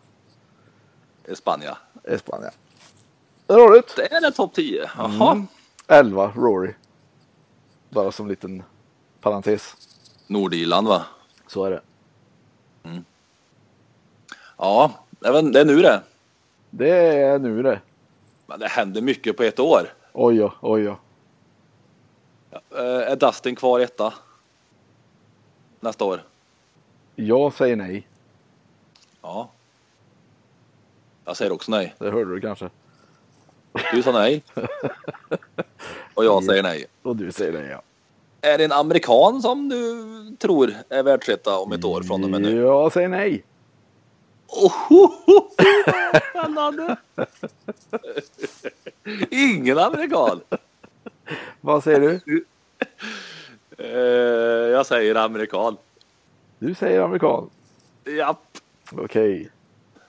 Spanien. Espanja. Det är roligt. Det är en topp 10. Jaha. 11 Rory. Bara som liten parentes. Nordirland va? Så är det. Ja, det är väl- det är nu det. Det är nu det. Men det händer mycket på ett år. Oj, oj, oj. oj. Eh, Är Dustin kvar etta? Nästa år? Jag säger nej. Ja. Jag säger också nej. Det hörde du kanske. Du sa nej. Och jag säger nej. Och du säger det ja. Är det en amerikan som du tror är världsetta om ett år från och med nu? Jag säger nej. Ohoho! Spännande! Ingen amerikan. Vad säger du? Eh, jag säger amerikan. Du säger amerikan. Japp. Okej.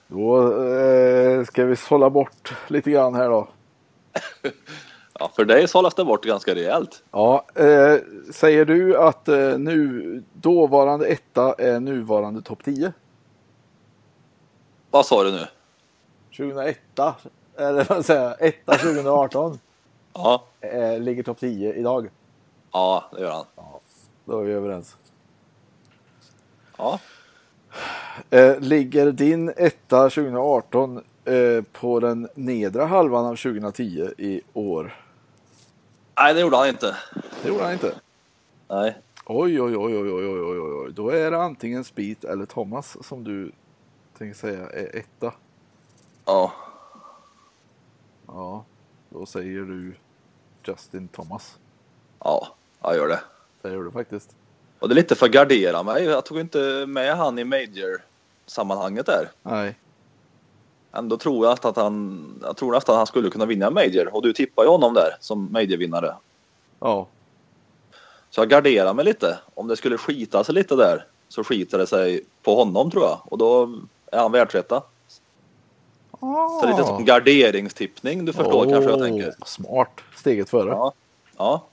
Då eh, ska vi sålla bort lite grann här då. Ja, för dig sållas det bort ganska rejält. Ja, eh, säger du att eh, nu, dåvarande etta är nuvarande topp 10? Vad sa du nu? 2001 eller vad säger jag, etta 2018 Ja, eh, ligger topp 10 idag. ja det gör han. Då är vi överens. Ja. Eh, ligger din etta 2018 eh, på den nedre halvan av 2010 i år? Nej, det gjorde han inte. Det gjorde han inte. Nej. Oj, oj, oj, oj, oj, oj, oj, oj, oj. Då är det antingen Spit eller Thomas som du tänker säga är etta. Ja. Ja, då säger du Justin Thomas. Ja, jag gör det. Det gör du faktiskt. Och det är lite för att gardera mig. Jag tog inte med han i Major-sammanhanget där. Nej. Ändå tror jag att han, jag tror nästan att han skulle kunna vinna Major. Och du tippar ju honom där som Major-vinnare. Ja, Så jag garderar mig lite. Om det skulle skita sig lite där så skiter det sig på honom tror jag. Och då är han världsetta. Så lite som garderingstippning du förstår kanske jag Åh, tänker. Smart. Steget före. Ja. Ja.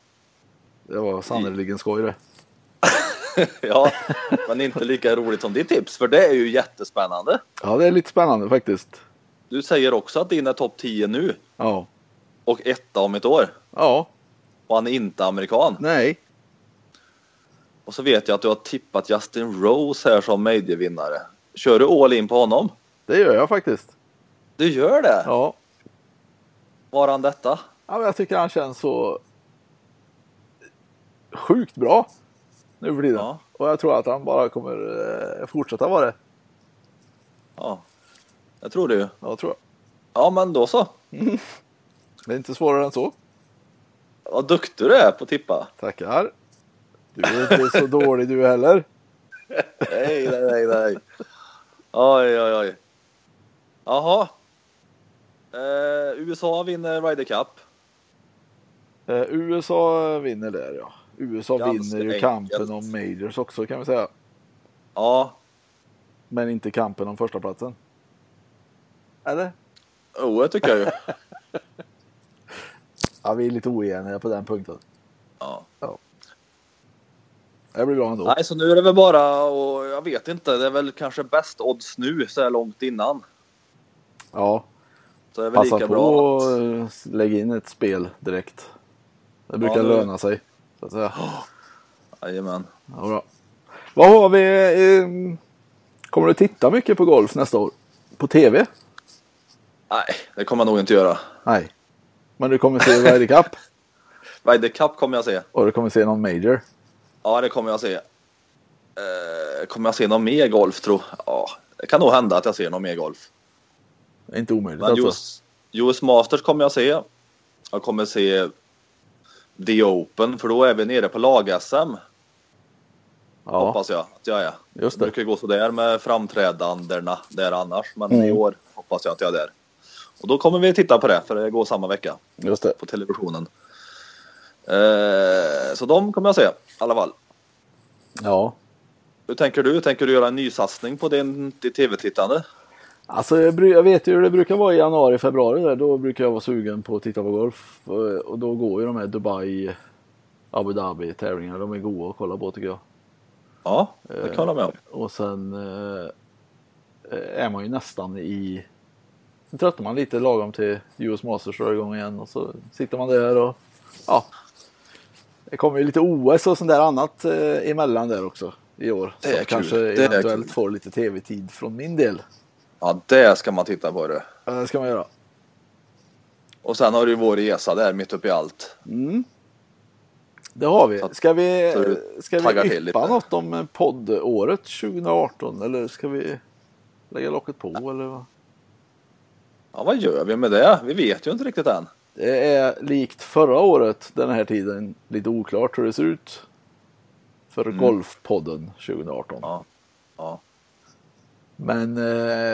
Det var sannerligen skoj det. ja, men inte lika roligt som ditt tips för det är ju jättespännande. Ja, det är lite spännande faktiskt. Du säger också att din är topp 10 nu Ja. och etta om ett år. Ja. Och han är inte amerikan. Nej. Och så vet jag att du har tippat Justin Rose här som Major-vinnare. Kör du all in på honom? Det gör jag faktiskt. Du gör det? Ja. Var han detta? ja men jag tycker han känns så sjukt bra nu för tiden. Ja. Och jag tror att han bara kommer eh, fortsätta vara det. Ja, jag tror det ju. Ja, tror jag. Ja, men då så. Det är inte svårare än så. Vad duktig du är på att tippa. Tackar. Du är inte så dålig du heller. Nej, nej, nej, nej. Oj, oj, oj. Jaha. Eh, USA vinner Ryder Cup. Eh, USA vinner där ja. USA Ganska vinner ju enkelt. kampen om majors också kan vi säga. Ja, Men inte kampen om första platsen. Eller? oh, det tycker jag ju. Ja, vi är lite oeniga på den punkten. Ja. Det blir bra ändå. Nej, så nu är det väl bara och jag vet inte. Det är väl kanske bäst odds nu så här långt innan. Ja, Så det är väl passa lika på bra. och Att... eh, lägga in ett spel direkt. Det brukar Ja, det- löna sig. Så att säga. Jajamän. Ja, bra. Vad har vi? ehm, Kommer du titta mycket på golf nästa år? På TV? Nej, det kommer jag nog inte göra. Nej. Men du kommer se Ryder Cup Ryder Cup kommer jag se. och du kommer se någon Major. Ja, det kommer jag se. Eh, kommer jag se någon mer golf tro? Ja, det kan nog hända att jag ser någon mer golf. Det är inte omöjligt Men alltså. US, US Masters kommer jag se. Jag kommer se The Open för då är vi nere på lag-SM Ja, hoppas jag att jag är. Just det. det brukar ju gå sådär med framträdandena där annars men Mm. i år hoppas jag att jag är där. Och då kommer vi titta på det för det går samma vecka just det. på televisionen. Eh, så de kommer jag se i alla fall. Ja. Hur tänker du? Tänker du göra en nysatsning på din, ditt tv-tittande? Alltså jag, bry- jag vet ju hur det brukar vara i januari, februari där. Då brukar jag vara sugen på att titta på golf. Eh, Och då går ju de här Dubai, Abu Dhabi tävlingarna. De är goa att kolla på tycker jag. Ja, det kan jag hålla med om. Och sen eh, är man ju nästan i... Sen tröttnar man lite lagom till US Masters drar igång igen och så sitter man där och ja. Det kommer ju lite OS och sånt där annat eh, emellan där också i år. Det är som kul. kanske Det är eventuellt kul. får lite tv-tid från min del. Ja, det ska man titta på det. Eh, Det ska man göra. Och sen har du ju vår resa där mitt uppe i allt. Det har vi. Så att- Ska vi, så du ska taggar vi till lite. yppa något om eh, poddåret 2018 eller ska vi lägga locket på eller? Vad? Ja, vad gör vi med det? Vi vet ju inte riktigt än. Det är likt förra året den här tiden lite oklart hur det ser ut för Golfpodden 2018. Mm. Ja. Ja. Men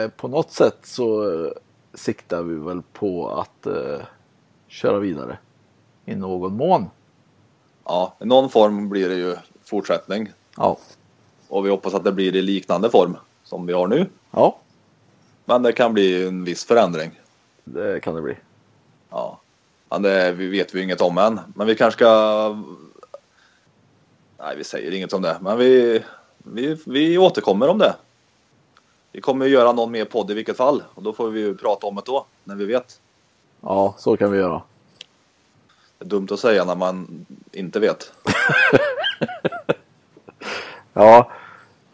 eh, på något sätt så eh, siktar vi väl på att eh, köra vidare i någon mån. ja, i någon form blir det ju fortsättning. Ja, Och vi hoppas att det blir i liknande form som vi har nu. ja Men det kan bli en viss förändring. det kan det bli. Ja. Men det vi vet vi ju inget om än. Men vi kanske ska... Nej, vi säger inget om det. Men vi, vi, vi återkommer om det. Vi kommer ju göra någon mer podd i vilket fall. Och då får vi ju prata om det då, när vi vet. Ja, så kan vi göra. Det är dumt att säga när man inte vet. Ja,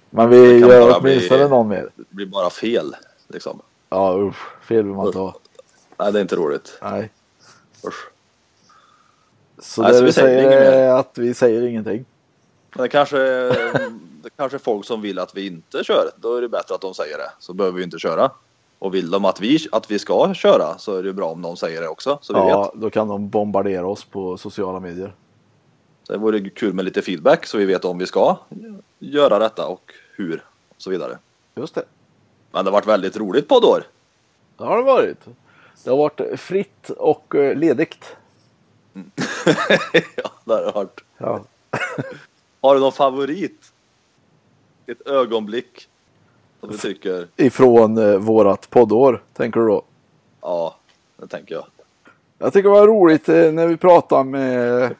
men vi Det kan gör bara bli- åtminstone någon mer. Det blir bara fel, liksom. Ja, usch, fel vill man inte ha. Nej, det är inte roligt. Nej. Usch. Så Nej, det så vi vi säger säger inget mer. är att vi säger ingenting. Men det kanske, det kanske är folk som vill att vi inte kör. Då är det bättre att de säger det. Så behöver vi inte köra. Och vill de att vi, att vi ska köra så är det bra om någon säger det också. Så vi vet. Ja, då kan de bombardera oss på sociala medier. Så det vore kul med lite feedback så vi vet om vi ska göra detta och hur. Och så vidare. Just det. Men det har varit väldigt roligt poddår. Det har det varit. Det har varit fritt och eh, ledigt. ja, det har det varit. Ja. Har du någon favorit? Ett ögonblick som du tycker? Ifrån eh, vårat poddår, tänker du då? Ja, det tänker jag. Jag tycker det var roligt eh, när vi pratade med,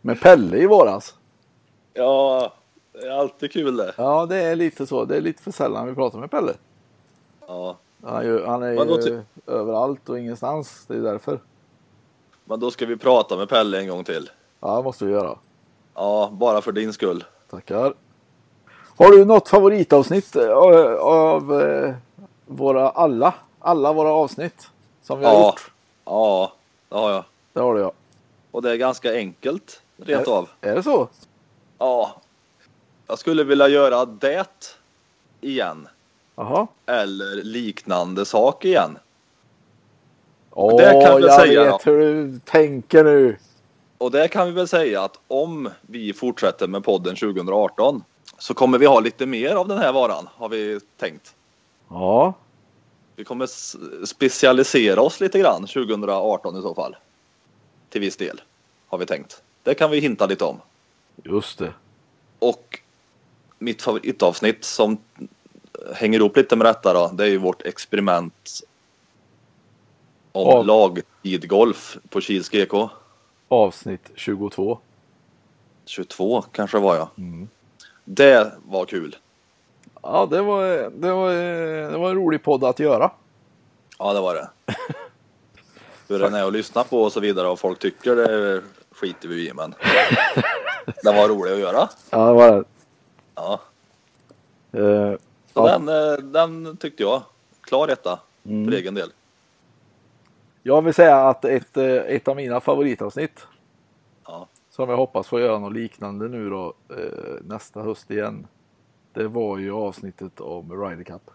med Pelle i våras. Ja, det är alltid kul det. Ja, det är lite så. Det är lite för sällan vi pratar med Pelle. Ja. Han är ju, han är Men då ju ty- överallt och ingenstans. Det är därför. Men då ska vi prata med Pelle en gång till. Ja, det måste vi göra. Ja, bara för din skull. Tackar. Har du något favoritavsnitt eh, av eh, våra alla, alla våra avsnitt som vi har Ja, gjort? ja, det har jag. Det har du ja. Och det är ganska enkelt, rent Är- av. Är det så? Ja. Jag skulle vilja göra det igen. Jaha. Eller liknande sak igen. Åh, det kan vi väl jag säga vet då. hur du tänker nu. Och där kan vi väl säga att om vi fortsätter med podden 2018 så kommer vi ha lite mer av den här varan, har vi tänkt. Ja, Vi kommer s- specialisera oss lite grann 2018 i så fall. Till viss del, har vi tänkt. Det kan vi hinta lite om. just det. Och mitt favoritavsnitt som hänger ihop lite med detta då, det är ju vårt experiment om Av- lagtidgolf på Kils GK. Avsnitt 22. 22 kanske var jag. Det var kul. Ja, det var, det, var, det var en rolig podd att göra. Ja, det var det. Hur den är att lyssna på och så vidare och folk tycker det skiter vi i men den var rolig att göra. Ja, det var det. Ja. Eh, Så ja. den, eh, den tyckte jag. Klar etta för egen del. Jag vill säga att ett, eh, ett av mina favoritavsnitt Ja. som jag hoppas få göra något liknande nu då eh, nästa höst igen. Det var ju avsnittet om Ryder Cup.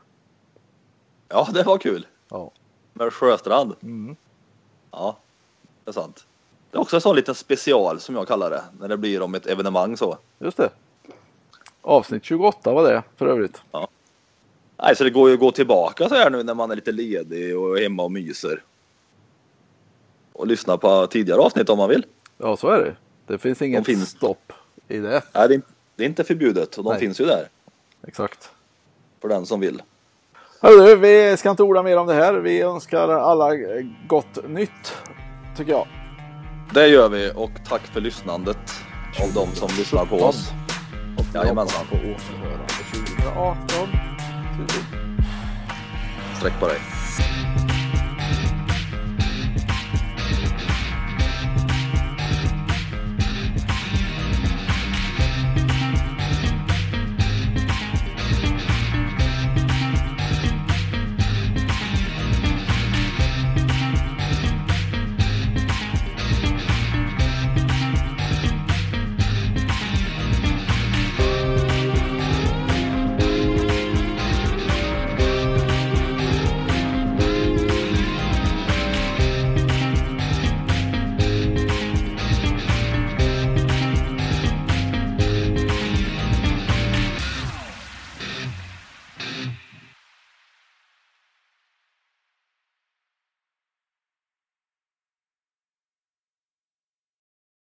ja, det var kul. Ja, Med Sjöstrand. Ja, det är sant. Det är också en sån liten special som jag kallar det. När det blir om ett evenemang så. just det. Avsnitt 28 var det för övrigt. Nej, så det går ju att gå tillbaka så här nu när man är lite ledig och är hemma och myser. Och lyssna på tidigare avsnitt om man vill. Ja, så är det. Det finns inget finns. stopp i det. Nej, det är, det är inte förbjudet och de Nej. finns ju där Exakt. för den som vill. Hörru, vi ska inte orda mer om det här. Vi önskar alla eh, gott nytt, tycker jag. Det gör vi och tack för lyssnandet av de som lyssnar på oss. Och Jajamensan. på återhörande 2018. Sträck på dig.